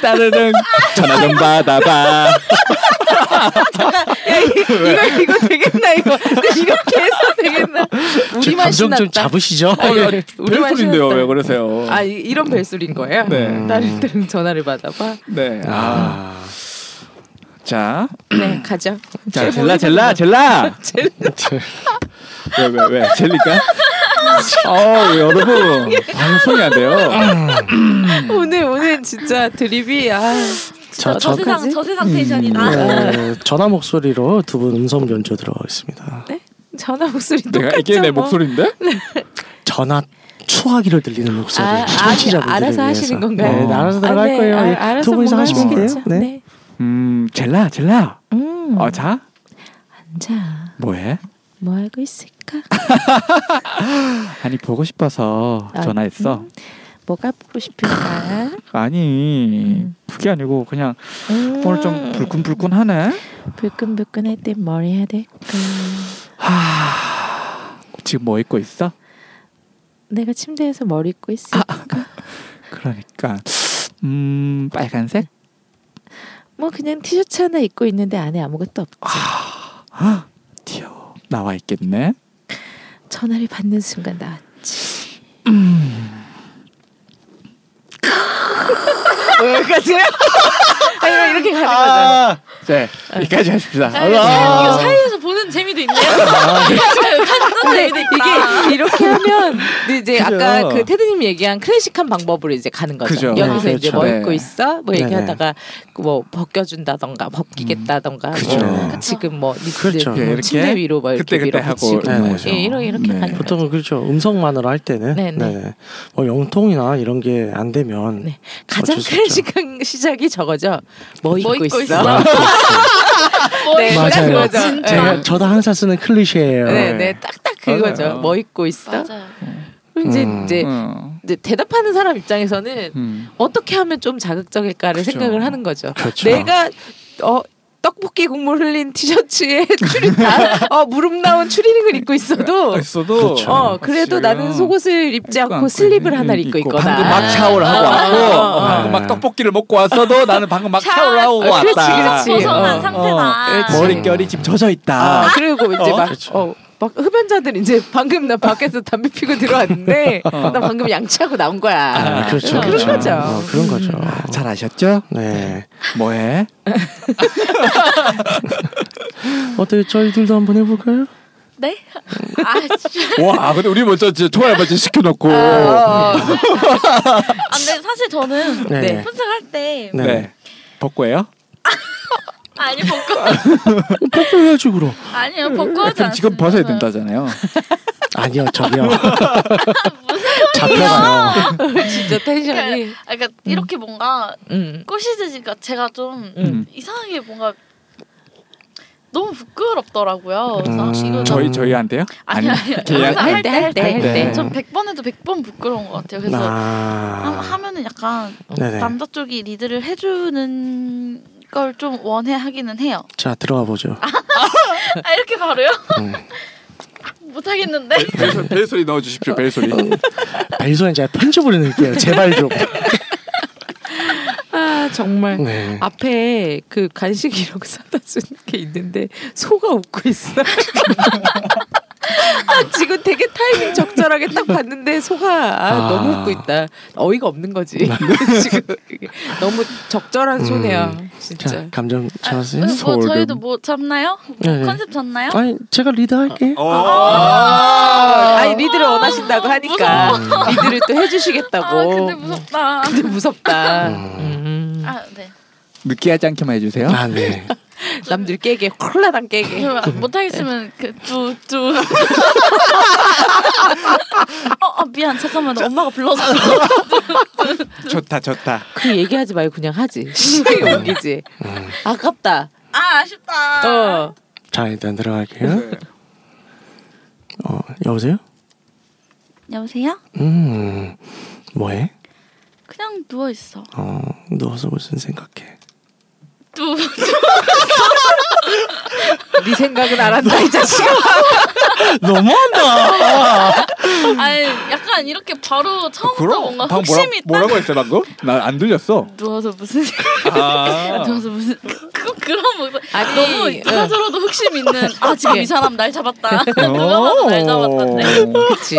S10: 따르릉 전화 좀 받아봐.
S7: 야, 이- 이거 이거 되겠나 이거 이렇게 해서 되겠나
S8: 제
S7: 우리만
S8: 감정 좀
S7: 신났다.
S8: 잡으시죠.
S6: 아, 예.
S7: 우리만
S10: 벨소리인데요.
S7: 신났다.
S10: 왜 그러세요?
S7: 아 이, 이런 벨소리인 거예요?
S10: 네.
S7: 네. 다른 때는 전화를 받아봐.
S10: 네. 아. 자,
S7: 네 가죠.
S10: 자 젤라 젤라 젤라.
S7: 젤라.
S10: 왜 왜 왜 젤리가? 어 여러분
S7: 예.
S10: 아, 방송이 안 돼요.
S7: 아, 오늘 오늘 진짜 드립이 아.
S8: 자, 저-
S11: 세상 저 세상 텐션이다.
S8: 네, 전화 목소리로 두 분 음성 변조 들어가겠습니다.
S7: 전화 목소리 똑같죠.
S10: 내가 이게 내
S7: 뭐.
S10: 목소리인데?
S8: 전화 추하기로 들리는 목소리.
S7: 아, 아니,
S8: 청취자분들을 위해서.
S7: 알아서 하시는 건가요?
S8: 네, 네, 알아서
S7: 아,
S8: 들어갈
S7: 네,
S8: 거예요.
S7: 아,
S8: 예,
S7: 알아서
S8: 두 분이서
S7: 뭔가
S8: 하시면 돼요.
S7: 하시겠죠.
S8: 네. 아.
S7: 네.
S10: 음 젤라 젤라.
S7: 음.
S10: 어 자.
S7: 자,
S10: 뭐해?
S7: 뭐 하고 있을까?
S10: 아니 보고 싶어서
S7: 아,
S10: 전화했어.
S7: 음. 뭐가 보고 싶을까?
S10: 아니 그게 아니고 그냥
S7: 음.
S10: 오늘 좀 불끈불끈하네.
S7: 불끈불끈할 땐뭘 해야 음, 될까?
S10: 지금 뭐 입고 있어?
S7: 내가 침대에서 뭘 입고 있을까?
S8: 아.
S10: 그러니까 음 빨간색?
S7: 뭐 그냥 티셔츠 하나 입고 있는데 안에 아무것도 없지.
S10: 튀어 나와 있겠네.
S7: 전화를 받는 순간 나왔지.
S10: 음.
S7: 여기까지요? 아니 이렇게 가는 거잖아.
S10: 아, 네 여기까지 하십시다. 어.
S11: 아, 이거 사이에서 보는 재미도 있네요. 하는 재미도 있다.
S7: 이게 이렇게 하면 이제
S10: 그죠.
S7: 아까 그 테드님 얘기한 클래식한 방법으로 이제 가는 거죠.
S10: 그죠.
S7: 여기서
S10: 네,
S7: 이제
S10: 그렇죠.
S7: 뭐
S10: 네.
S7: 입고 있어? 뭐
S10: 네, 음.
S7: 얘기하다가 뭐 벗겨준다던가 벗기겠다던가
S10: 그죠.
S7: 뭐 지금 뭐 니트
S8: 그렇죠.
S7: 뭐
S10: 예, 이렇게
S7: 침대 위로 뭐 이렇게
S10: 그때그때
S7: 위로
S10: 하고 네.
S7: 붙이고
S10: 이러는
S7: 뭐
S10: 거죠.
S7: 예, 이렇게 이렇게
S10: 네.
S7: 가는 거죠.
S8: 보통은 그렇죠. 음성만으로 할 때는
S7: 네, 네.
S8: 네네. 뭐 영통이나 이런 게 안 되면
S7: 가장
S8: 어쩔 수 없죠.
S7: 클래식한 시작이 저거죠. 뭐 입고,
S11: 입고
S8: 아,
S7: 있어?
S11: 있어?
S7: 네,
S8: 맞아요. 네.
S7: 딱 그거죠.
S11: 진짜.
S8: 제가 저도 항상 쓰는 클리셰예요.
S7: 네, 네, 딱딱 그거죠.
S10: 맞아요.
S7: 뭐 입고 있어?
S11: 맞아요.
S7: 그럼 이제
S8: 음.
S7: 이제
S10: 음,
S7: 이제 대답하는 사람 입장에서는
S10: 음.
S7: 어떻게 하면 좀 자극적일까를
S10: 그렇죠.
S7: 생각을 하는 거죠.
S8: 그렇죠.
S7: 내가 어 떡볶이 국물 흘린 티셔츠에 추리닝, 어 무릎 나온 추리닝을 입고 있어도
S10: 아, 있어도
S8: 그렇죠.
S7: 어 그래도
S10: 지금
S7: 나는 속옷을 입지
S10: 입고
S7: 않고
S10: 않고
S7: 슬립을
S10: 있-
S7: 하나
S10: 있-
S7: 입고
S10: 있고
S7: 있거나.
S10: 방금 막 샤워를 하고
S7: 어,
S10: 왔고
S7: 어,
S10: 어,
S7: 어,
S10: 방금
S8: 어.
S10: 막 떡볶이를 먹고 왔어도 나는 방금 막
S11: 샤워.
S10: 샤워를 하고
S7: 어, 그렇지,
S10: 왔다.
S7: 그렇지.
S11: 벗어난
S7: 어.
S11: 상태다.
S7: 그렇지.
S10: 머릿결이 지금 젖어 있다.
S7: 아, 그리고 이제
S10: 어?
S7: 막,
S8: 그렇죠.
S7: 어, 막 흡연자들 이제 방금 나 밖에서 담배 피고 들어왔는데 나 방금 양치하고 나온 거야.
S8: 아, 그렇죠.
S7: 그런
S8: 그렇죠.
S7: 거죠. 음,
S8: 어, 그런 거죠.
S10: 잘 아셨죠?
S8: 네.
S10: 뭐해?
S8: 어떻게 저희들도 한번 해볼까요?
S11: 네? 아, 진짜.
S10: 와, 근데 우리 먼저 진짜 초알 먼저 시켜놓고.
S6: 아,
S11: 아,
S7: 어,
S11: 근데 사실 저는
S8: 네.
S11: 네. 폰생할 때
S10: 네. 복고예요?
S11: 아니 벚꽃
S8: 뽀뽀 해야지 그럼.
S11: 아니요 벚꽃
S10: 그럼 지금 벗어야 된다잖아요.
S8: 아니요 저기요. 잡혀가요.
S7: 진짜 텐션이.
S11: 아, 그러니까, 그러니까 이렇게 뭔가
S7: 음.
S11: 꼬시듯이가 제가 좀
S10: 음.
S11: 이상하게 뭔가 너무 부끄럽더라고요. 그래서
S8: 음.
S11: 이거
S10: 저희 저희한테요?
S11: 아니 아니
S10: 걔야?
S11: 항상 할때 할 때
S7: 할 때, 할 때.
S11: 네, 전 100번 해도 100번 부끄러운 것 같아요. 그래서 함-
S8: 아.
S11: 하면은 약간
S8: 네네.
S11: 남자 쪽이 리드를 해주는 걸 좀 원해 하기는 해요.
S8: 자 들어가 보죠.
S11: 아 이렇게 바로요?
S8: 음.
S10: 네.
S11: 못 하겠는데.
S10: 벨소리, 벨소리 넣어주십시오. 벨소리.
S8: 발소는 제가 편집을 해낼게요. 제발 좀.
S7: 아 정말
S8: 네.
S7: 앞에 그 간식 이런 거 사다 주는 게 있는데 소가 웃고 있어. 아, 지금 되게 타이밍 적절하게 딱 봤는데 소가 아,
S8: 아.
S7: 너무 웃고 있다. 어이가 없는 거지. 지금 이게 너무 적절한 소네요. 아, 진짜.
S8: 자 감정 잡았어요?
S11: 뭐
S10: 소름.
S11: 저희도 뭐 잡나요?
S10: 예,
S8: 네, 네.
S11: 컨셉 잡나요?
S8: 아니 제가 리드할게.
S10: 어,
S7: 아, 니 리드를 원하신다고 하니까 리드를 또 해주시겠다고.
S11: 아 근데
S10: 뭐.
S11: 무섭다.
S7: 근데 무섭다. 음.
S11: 아 네.
S10: 느끼하지 않게만 해주세요.
S8: 아 네.
S7: 남들 깨게 콜라당 깨게.
S10: 예.
S11: 못 하겠으면 그쭈쭈 어, 어, 미안 잠깐만 나 엄마가 불러서
S10: 좋다 좋다.
S7: 그 얘기하지 말고 그냥 하지. 시간이 옮기지. 아깝다.
S11: 아 아쉽다
S7: 어.
S8: 자 일단
S10: 네.
S8: 들어갈게요. 어 여보세요?
S11: 여보세요
S8: 음 뭐해?
S11: 그냥 누워 있어
S8: 어 누워서 무슨 생각해?
S6: 두.
S7: 네 생각은 안 한다 이 자식아.
S10: 너무한다.
S6: 아니 약간 이렇게 바로 처음부터 뭔가
S10: 방금
S6: 흑심이 딱
S10: 뭐라, 고 했어 방금? 나 안 들렸어.
S6: 누워서 무슨
S10: 아. 뭐
S6: 누워서 무슨 그, 그런
S11: 뭐
S6: 목소 아니 너무 누가 들어도 흑심 어. 있는 네. 아 지금
S7: 그치.
S6: 이 사람 날 잡았다 누가 봐도
S10: 어.
S6: 날 잡았다인데
S7: 그치.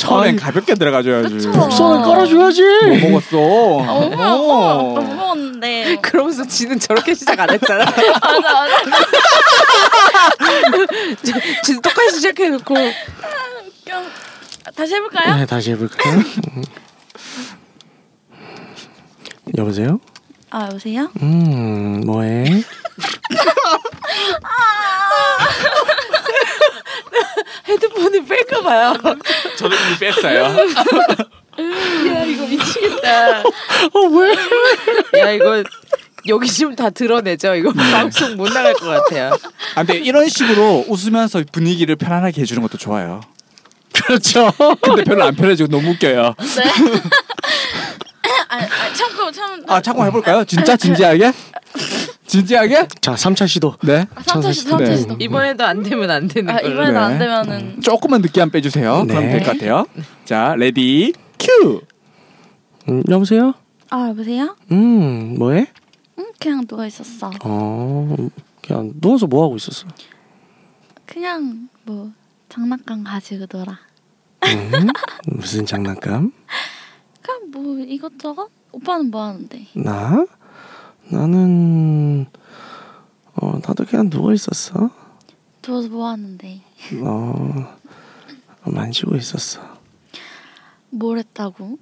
S10: 처음엔 가볍게 들어가줘야지.
S8: 복선을 깔아줘야지.
S10: 뭐 먹었어?
S6: 어머 너무 먹었는데
S7: 그러면서 지는 저렇게 시작 안 했잖아.
S6: 맞아 맞아
S7: 지는 똑같이 시작해놓고
S6: 웃겨. 다시 해볼까요?
S8: 네, 다시 해볼까요? 음. 여보세요?
S6: 아 여보세요?
S8: 음, 뭐해?
S7: 헤드폰을 뺄까 봐요.
S10: 저는 이미 뺐어요.
S7: 야 이거
S6: 아,
S7: 미치겠다. 어 왜? 야 이거 여기 지금 다 드러내죠. 이거 방송 못 나갈 것 같아요.
S10: 아, 근데 이런 식으로 웃으면서 분위기를 편안하게 해주는 것도 좋아요.
S8: 그렇죠.
S10: 근데 별로 안 편해지고 너무 웃겨요.
S6: 아, 아 참고 참
S10: 아 참고 해볼까요? 진짜 진지하게? 진지하게?
S8: 자, 3차 시도.
S10: 네.
S6: 삼차 시도
S10: 네.
S6: 삼차 시도
S7: 이번에도 안 되면 안 되는
S6: 아
S7: 걸로.
S6: 이번에도
S10: 네.
S6: 안 되면은
S10: 조금만 늦게 안 빼주세요. 그럼
S8: 네.
S10: 될 것 같아요. 자 레디 큐.
S8: 음, 여보세요?
S6: 아 여보세요?
S8: 음, 뭐해?
S6: 응 그냥 누워 있었어
S8: 어, 그냥 누워서 뭐 하고 있었어?
S6: 그냥 뭐 장난감 가지고 놀아
S8: 음, 무슨 장난감?
S6: 그냥 뭐 이것저것 오빠는 뭐 하는데
S8: 나? 나는 어, 나도 그냥 누워 있었어.
S6: 누워서 뭐 하는데
S8: 어, 만지고 있었어.
S6: 뭘 했다고?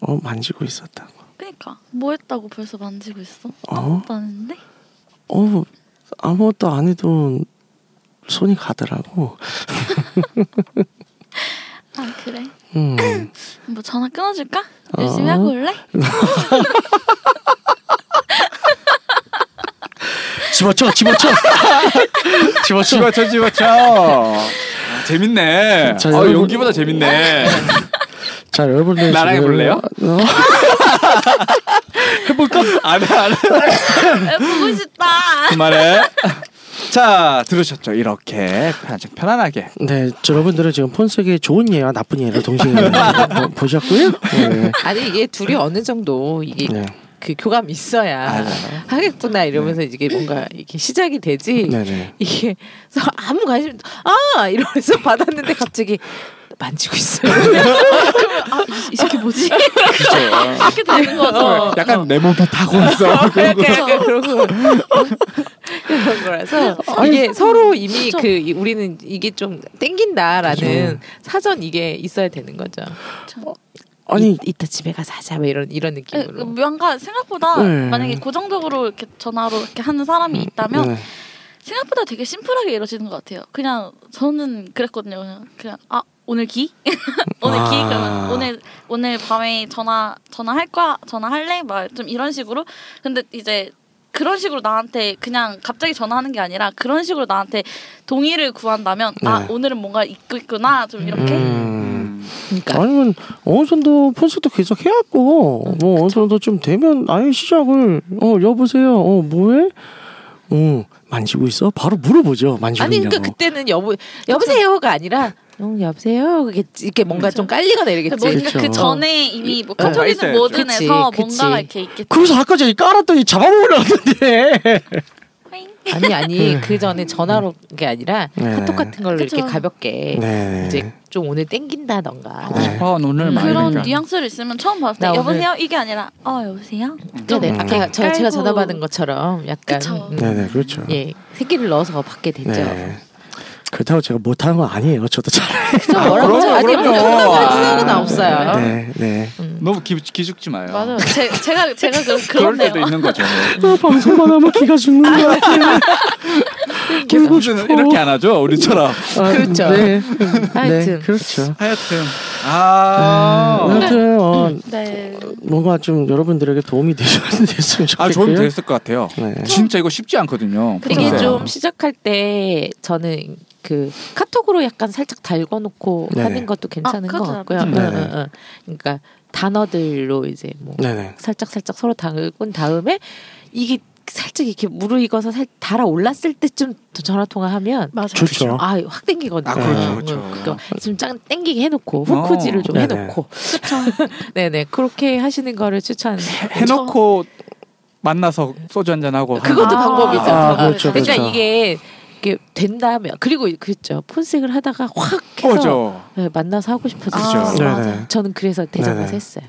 S8: 어, 만지고 있었다고.
S6: 그니까 뭐 했다고 벌써 만지고 있어?
S8: 어?
S6: 아무것도 안 했는데?
S8: 어, 아무것도 안 해도 손이 가더라고.
S6: 아 그래?
S8: 음.
S6: 뭐 전화 끊어줄까? 열심히 하고 올래?
S8: 집어쳐, 집어쳐. 집어쳐.
S10: 집어쳐 집어쳐. 아, 재밌네.
S8: 자,
S10: 어,
S8: 여러분-
S10: 연기보다 재밌네.
S8: 자, 여러분들
S10: 나랑
S8: 지금-
S10: 해볼래요?
S8: 어?
S10: 해볼까? 안해 안해.
S6: 에, 보고 싶다
S10: 그만해. 자 들으셨죠? 이렇게 편안 편안하게.
S8: 네, 여러분들은 지금 폰색의 좋은 예와 나쁜 예를 동시에 보- 보셨고요. 네.
S7: 아니 이게 둘이 어느 정도 이게
S8: 네.
S7: 그 교감 있어야
S10: 맞아요.
S7: 하겠구나 이러면서 이게 뭔가 이게 시작이 되지.
S8: 네네.
S7: 이게 서로 아무 관심 아 이러면서 받았는데 갑자기 만지고 있어요. 아,
S6: 이 새끼 뭐지?
S8: 네.
S10: 그죠.
S6: 이렇게 되는
S7: 어.
S6: 거죠
S10: 약간 내 몸이 타고 어. 있어.
S7: 약간 약간 네. 아, 그러고 그런 거라서 이게 서로 이미 어, 그 이- 우리는 이게 좀 땡긴다라는 사전 이게 있어야 되는 거죠.
S8: 아니,
S7: 이, 이따 집에 가서 하자 뭐 이런 이런
S6: 에,
S7: 느낌으로.
S6: 그, 뭔가 생각보다
S8: 네.
S6: 만약에 고정적으로 이렇게 전화로 이렇게 하는 사람이 있다면
S8: 네.
S6: 생각보다 되게 심플하게 이루어지는 것 같아요. 그냥 저는 그랬거든요. 그냥, 그냥 아 오늘 기 오늘 기
S8: 아.
S6: 그러면 오늘 오늘 밤에 전화 전화 할 거야 전화 할래 막 좀 이런 식으로 근데 이제 그런 식으로 나한테 그냥 갑자기 전화하는 게 아니라 그런 식으로 나한테 동의를 구한다면 아
S8: 네.
S6: 오늘은 뭔가 있고 있구나 좀 이렇게
S8: 음.
S7: 그러니까 음,
S8: 아니면 어느 정도 폰색도 계속 해왔고 뭐 어느 정도 좀 되면 아예 시작을 어 여보세요 어 뭐해 어 만지고 있어 바로 물어보죠 만지고
S7: 아니
S8: 있냐고
S7: 그러니까 그때는 여보 여보세요가 아니라 응, 여보세요 그게 이렇게 뭔가 좀 깔리거나 그러니까 이러겠지.
S6: 뭐
S8: 그렇죠.
S6: 그 전에 이미 뭐
S10: 있어야죠.
S6: 카톡이든 뭐든
S7: 그치,
S6: 해서
S7: 그치.
S6: 뭔가가 이렇게 있겠지.
S8: 그래서 아까 전에 깔았더니 잡아먹으려 하던데
S6: 호잉.
S7: 아니 아니 그 전에 전화로 게 아니라
S8: 네.
S7: 카톡 같은 걸로
S6: 그쵸.
S7: 이렇게 가볍게
S8: 네
S7: 이제 좀 오늘 땡긴다던가
S10: 어 눈을 많이
S6: 그런
S10: 그러니까.
S6: 뉘앙스를 있으면 처음 봤을 때
S7: 나 오늘-
S6: 여보세요 이게 아니라 어 여보세요
S7: 그러니까 네, 아까 저, 제가
S6: 깔고.
S7: 전화 받은 것처럼 약간
S6: 그쵸.
S7: 음,
S8: 네네 그렇죠
S7: 예 그렇죠. 새끼를 넣어서 받게 되죠.
S8: 네 그렇다고 제가 못하는 건 아니에요 저도
S7: 저 뭐라고
S10: 그럼요,
S7: 아, 아니
S10: 그럼요.
S7: 뭐 끝나고 할
S10: 아,
S7: 생각은 없어요.
S8: 잘네네
S7: 음.
S10: 너무 기, 기죽지 마요.
S6: 맞아요 제, 제가 제가 좀
S10: 그럴 때도
S6: 그렇네요
S10: 있는 거죠.
S8: 어, 방송만 하면 기가 죽는 것 같아요
S10: 계속 이렇게 안 하죠 우리처럼.
S8: 아,
S7: 그렇죠.
S8: 네, 네
S7: 하여튼.
S8: 그렇죠
S10: 하여튼 아.
S8: 아무튼 어,
S6: 네
S8: 뭔가 좀 여러분들에게 도움이 되셨- 됐으면 좋겠고요.
S10: 아, 저는 됐을 것 같아요.
S8: 네.
S10: 진짜 이거 쉽지 않거든요. 네.
S7: 이게
S10: 프로세스.
S7: 좀 시작할 때 저는 그 카톡으로 약간 살짝 달궈놓고
S8: 네네.
S7: 하는 것도 괜찮은
S6: 그것도
S7: 것 같고요.
S10: 나쁘지
S7: 응,
S8: 않아요.
S7: 응, 응. 그러니까 단어들로 이제 뭐
S8: 네네.
S7: 살짝 살짝 서로 당은 다음에 이게 살짝 이렇게 무르익어서 살, 달아올랐을 때쯤 전화 통화하면
S6: 맞아요.
S8: 좋죠.
S7: 아, 확 땡기거든요.
S8: 아, 그렇죠, 그렇죠.
S7: 그러니까 지금 짱 땡기게 해놓고 후쿠지를 좀
S8: 어.
S7: 해놓고. 네네 그렇게 하시는 거를 추천.
S10: 해놓고 만나서 소주 한잔 하고
S7: 그것도 방법이죠.
S10: 아, 그렇죠,
S7: 러니까
S10: 그렇죠.
S7: 이게 이게 된다면 그리고 그렇죠 폰색을 하다가 확 해서
S8: 어,
S10: 그렇죠.
S7: 네, 만나서 하고 싶어서
S10: 그렇죠.
S7: 아, 맞아요.
S8: 네네.
S7: 저는 그래서 대전 가서
S8: 네네.
S7: 했어요.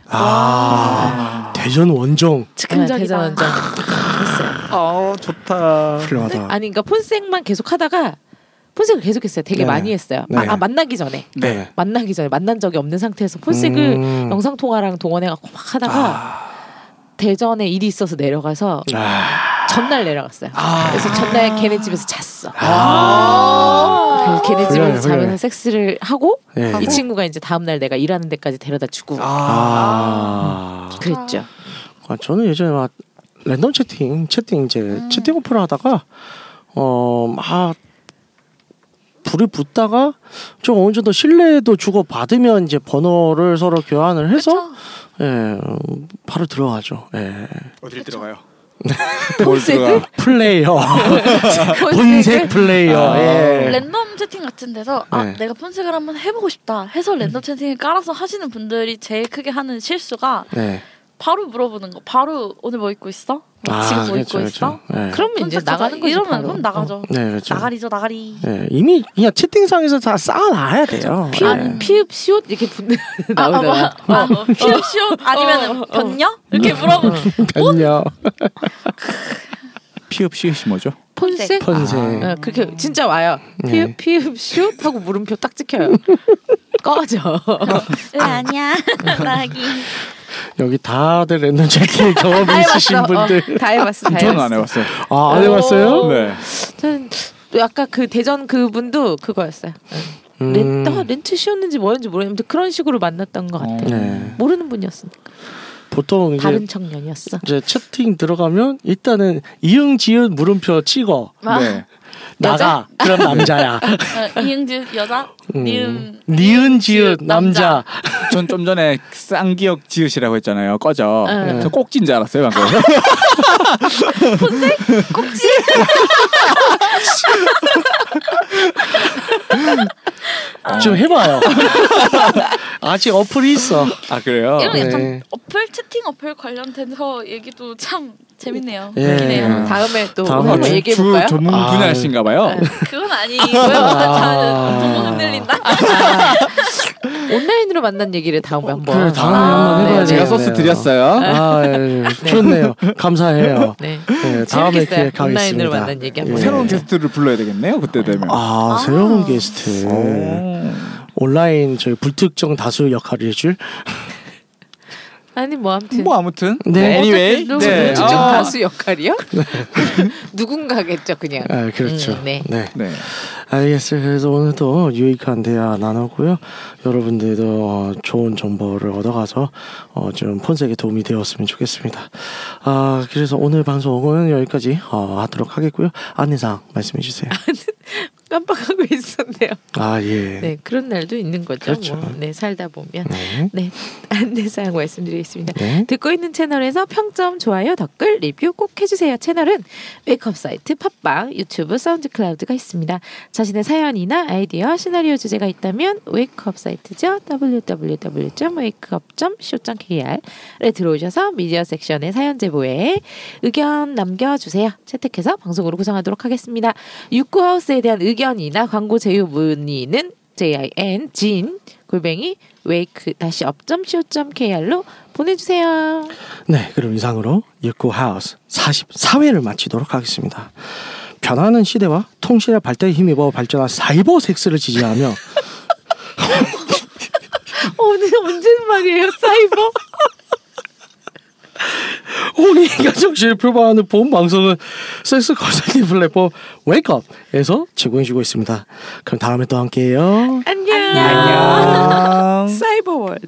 S8: 아, 대전 원정.
S7: 네, 대전 원정 했어요.
S10: 아 좋다.
S8: 훌륭하다.
S7: 아니 그러니까 폰색만 계속 하다가 폰색을 계속했어요. 되게
S8: 네네.
S7: 많이 했어요.
S8: 네.
S7: 아, 아, 만나기 전에.
S10: 네.
S7: 만나기 전에 만난 적이 없는 상태에서 폰색을
S8: 음. 아.
S7: 영상 통화랑 동원해 갖고 막 하다가 대전에 일이 있어서 내려가서
S8: 네.
S7: 전날 내려갔어요.
S8: 아.
S7: 그래서 전날 걔네 집에서 잤어. 그래서 걔네
S8: 아. 훌륭해요,
S7: 집에서 자면서
S8: 훌륭해요.
S7: 섹스를 하고
S8: 예.
S7: 이 친구가 이제 다음 날 내가 일하는 데까지 데려다 주고
S10: 아.
S7: 그랬죠.
S8: 아, 저는 예전에 막 랜덤 채팅, 채팅 이제 채팅 어플을 하다가 어 막 불을 붙다가 좀 어느 정도 신뢰도 주고 받으면 이제 번호를 서로 교환을 해서 예 음, 바로 들어가죠. 예.
S10: 어딜 들어가요?
S7: 뭘 들어가?
S8: 플레이어 본색 플레이어.
S10: 네.
S8: 예.
S11: 랜덤 채팅 같은 데서 아
S8: 네.
S11: 내가 폰색을 한번 해보고 싶다 해서
S10: 음.
S11: 랜덤 채팅을 깔아서 하시는 분들이 제일 크게 하는 실수가
S8: 네.
S11: 바로 물어보는 거 바로 오늘 뭐 입고 있어? 뭐
S10: 아,
S11: 지금 뭐
S10: 그렇죠,
S11: 입고 있어?
S8: 네.
S7: 그러면 이제
S11: 폰색
S7: 나가는
S11: 가자.
S7: 거지
S11: 이러면
S7: 바로.
S11: 그럼
S10: 어.
S11: 나가죠
S8: 네, 그렇죠.
S11: 나가리죠 나가리
S10: 네.
S8: 예, 이미 그냥 채팅상에서 다 쌓아놔야 돼요.
S7: 피읍
S8: 예.
S7: 피읍 시옷 이렇게 붙는 나오잖아.
S11: 아,
S10: 어.
S11: 뭐, 피업 시업
S7: 어,
S11: 아니면은 변녀 이렇게 물어보
S8: 변녀
S10: 피읍 시옷이 뭐죠?
S7: 폰색
S8: 폰색.
S7: 어, 그렇게 진짜 와요.
S8: 네.
S7: 피읍 피읍 슛 하고 물음표 딱 찍혀요. 꺼져.
S11: 응, 네, 아니야 나기
S8: 여기 다들 랜덤 채팅 경험 이 있으신
S7: 어.
S8: 분들.
S7: 다 해봤어. 다
S10: 저는
S7: 해봤어.
S10: 안 해봤어요.
S8: 아, 안 해봤어요?
S10: 네.
S7: 저는 또 아까 그 대전 그분도 그거였어요.
S8: 음.
S7: 렌트 아, 렌트 쉬었는지 뭐였는지 모르겠는데 그런 식으로 만났던 것 같아요.
S8: 네.
S7: 모르는 분이었으니까
S8: 보통 이제,
S7: 다른 청년이었어.
S8: 이제 채팅 들어가면 일단은 이응 지은 물음표 찍어
S10: 네.
S8: 나가 그럼 남자야. 음.
S11: 어, 이응지 여자 니은
S8: 니은 지은 남자.
S10: 전 좀 전에 쌍기역 지읒이라고 했잖아요. 꺼져.
S7: 네.
S10: 저 꼭지인 줄 알았어요 방금.
S11: 꼭지
S8: 좀 해봐요. 아직 어플이 있어.
S10: 아 그래요?
S11: 이런 게
S8: 네.
S11: 참 어플 채팅 어플 관련돼서 얘기도 참 재밌네요.
S8: 예.
S11: 웃기네요.
S8: 음.
S7: 다음에 또
S8: 다음에
S7: 한번
S8: 주-
S7: 얘기해
S10: 주
S7: 볼까요? 네.
S10: 전문
S8: 아.
S10: 분야신가봐요.
S8: 예.
S11: 그건 아니고요. 저는 너무 흔들린다.
S7: 온라인으로 만난 얘기를 다음에 한번.
S8: 그래, 다음에 한번 해봐야
S7: 네,
S10: 제가
S8: 되겠네요.
S10: 소스 드렸어요.
S8: 아, 예, 예. 좋네요. 감사해요.
S7: 네.
S8: 예, 다음에
S7: 재밌겠어요.
S8: 기획하겠습니다.
S7: 온라인으로 만난 얘기 한번
S8: 예.
S10: 새로운 게스트를 불러야 되겠네요. 그때 되면. 음,
S8: 아, 네. 새로운 게스트.
S10: 오.
S8: 온라인 저희 불특정 다수 역할을 해줄.
S7: 아니 뭐 아무튼
S10: 뭐 아무튼.
S8: 네.
S10: Anyway.
S7: 누구
S10: 네.
S7: 중
S10: 아.
S7: 다수 역할이요? 누군가겠죠 그냥.
S8: 아, 그렇죠.
S7: 음, 네.
S8: 네.
S10: 네.
S8: 알겠어요. 그래서 오늘도 유익한 대화 나눴고요. 여러분들도 어, 좋은 정보를 얻어가서 어, 좀 폰색에 도움이 되었으면 좋겠습니다. 아, 그래서 오늘 방송은 여기까지 어, 하도록 하겠고요. 안내사항 말씀해 주세요.
S7: 깜빡하고 있었네요.
S8: 아, 예.
S7: 네, 그런 날도 있는 거죠.
S8: 그렇죠.
S7: 뭐. 네, 살다 보면.
S8: 네.
S7: 네, 안내사항 말씀드리겠습니다.
S8: 네.
S7: 듣고 있는 채널에서 평점, 좋아요, 댓글, 리뷰 꼭 해주세요. 채널은 웨이크업 사이트, 팟빵, 유튜브, 사운드 클라우드가 있습니다. 자신의 사연이나 아이디어, 시나리오 주제가 있다면 웨이크업 사이트죠. www.wakeup.co.kr에 들어오셔서 미디어 섹션의 사연 제보에 의견 남겨주세요. 채택해서 방송으로 구성하도록 하겠습니다. 육구하우스에 대한 의견이나 광고 제휴 문의는 JIN 진 골뱅이 웨이크 다시 업.co.kr로 보내주세요.
S8: 네, 그럼 이상으로 육구 하우스 44회를 마치도록 하겠습니다. 변화하는 시대와 통신의 발달에 힘입어 발전한 사이버 섹스를 지지하며
S7: 오늘 어, 언제 말이에요, 사이버?
S8: 혼인과 정신을 표방하는 본 방송은 섹스 컨설팅 플랫폼 웨이크업에서 제공해주고 있습니다. 그럼 다음에 또 함께해요.
S7: 안녕.
S10: 안녕.
S7: 사이버 월드.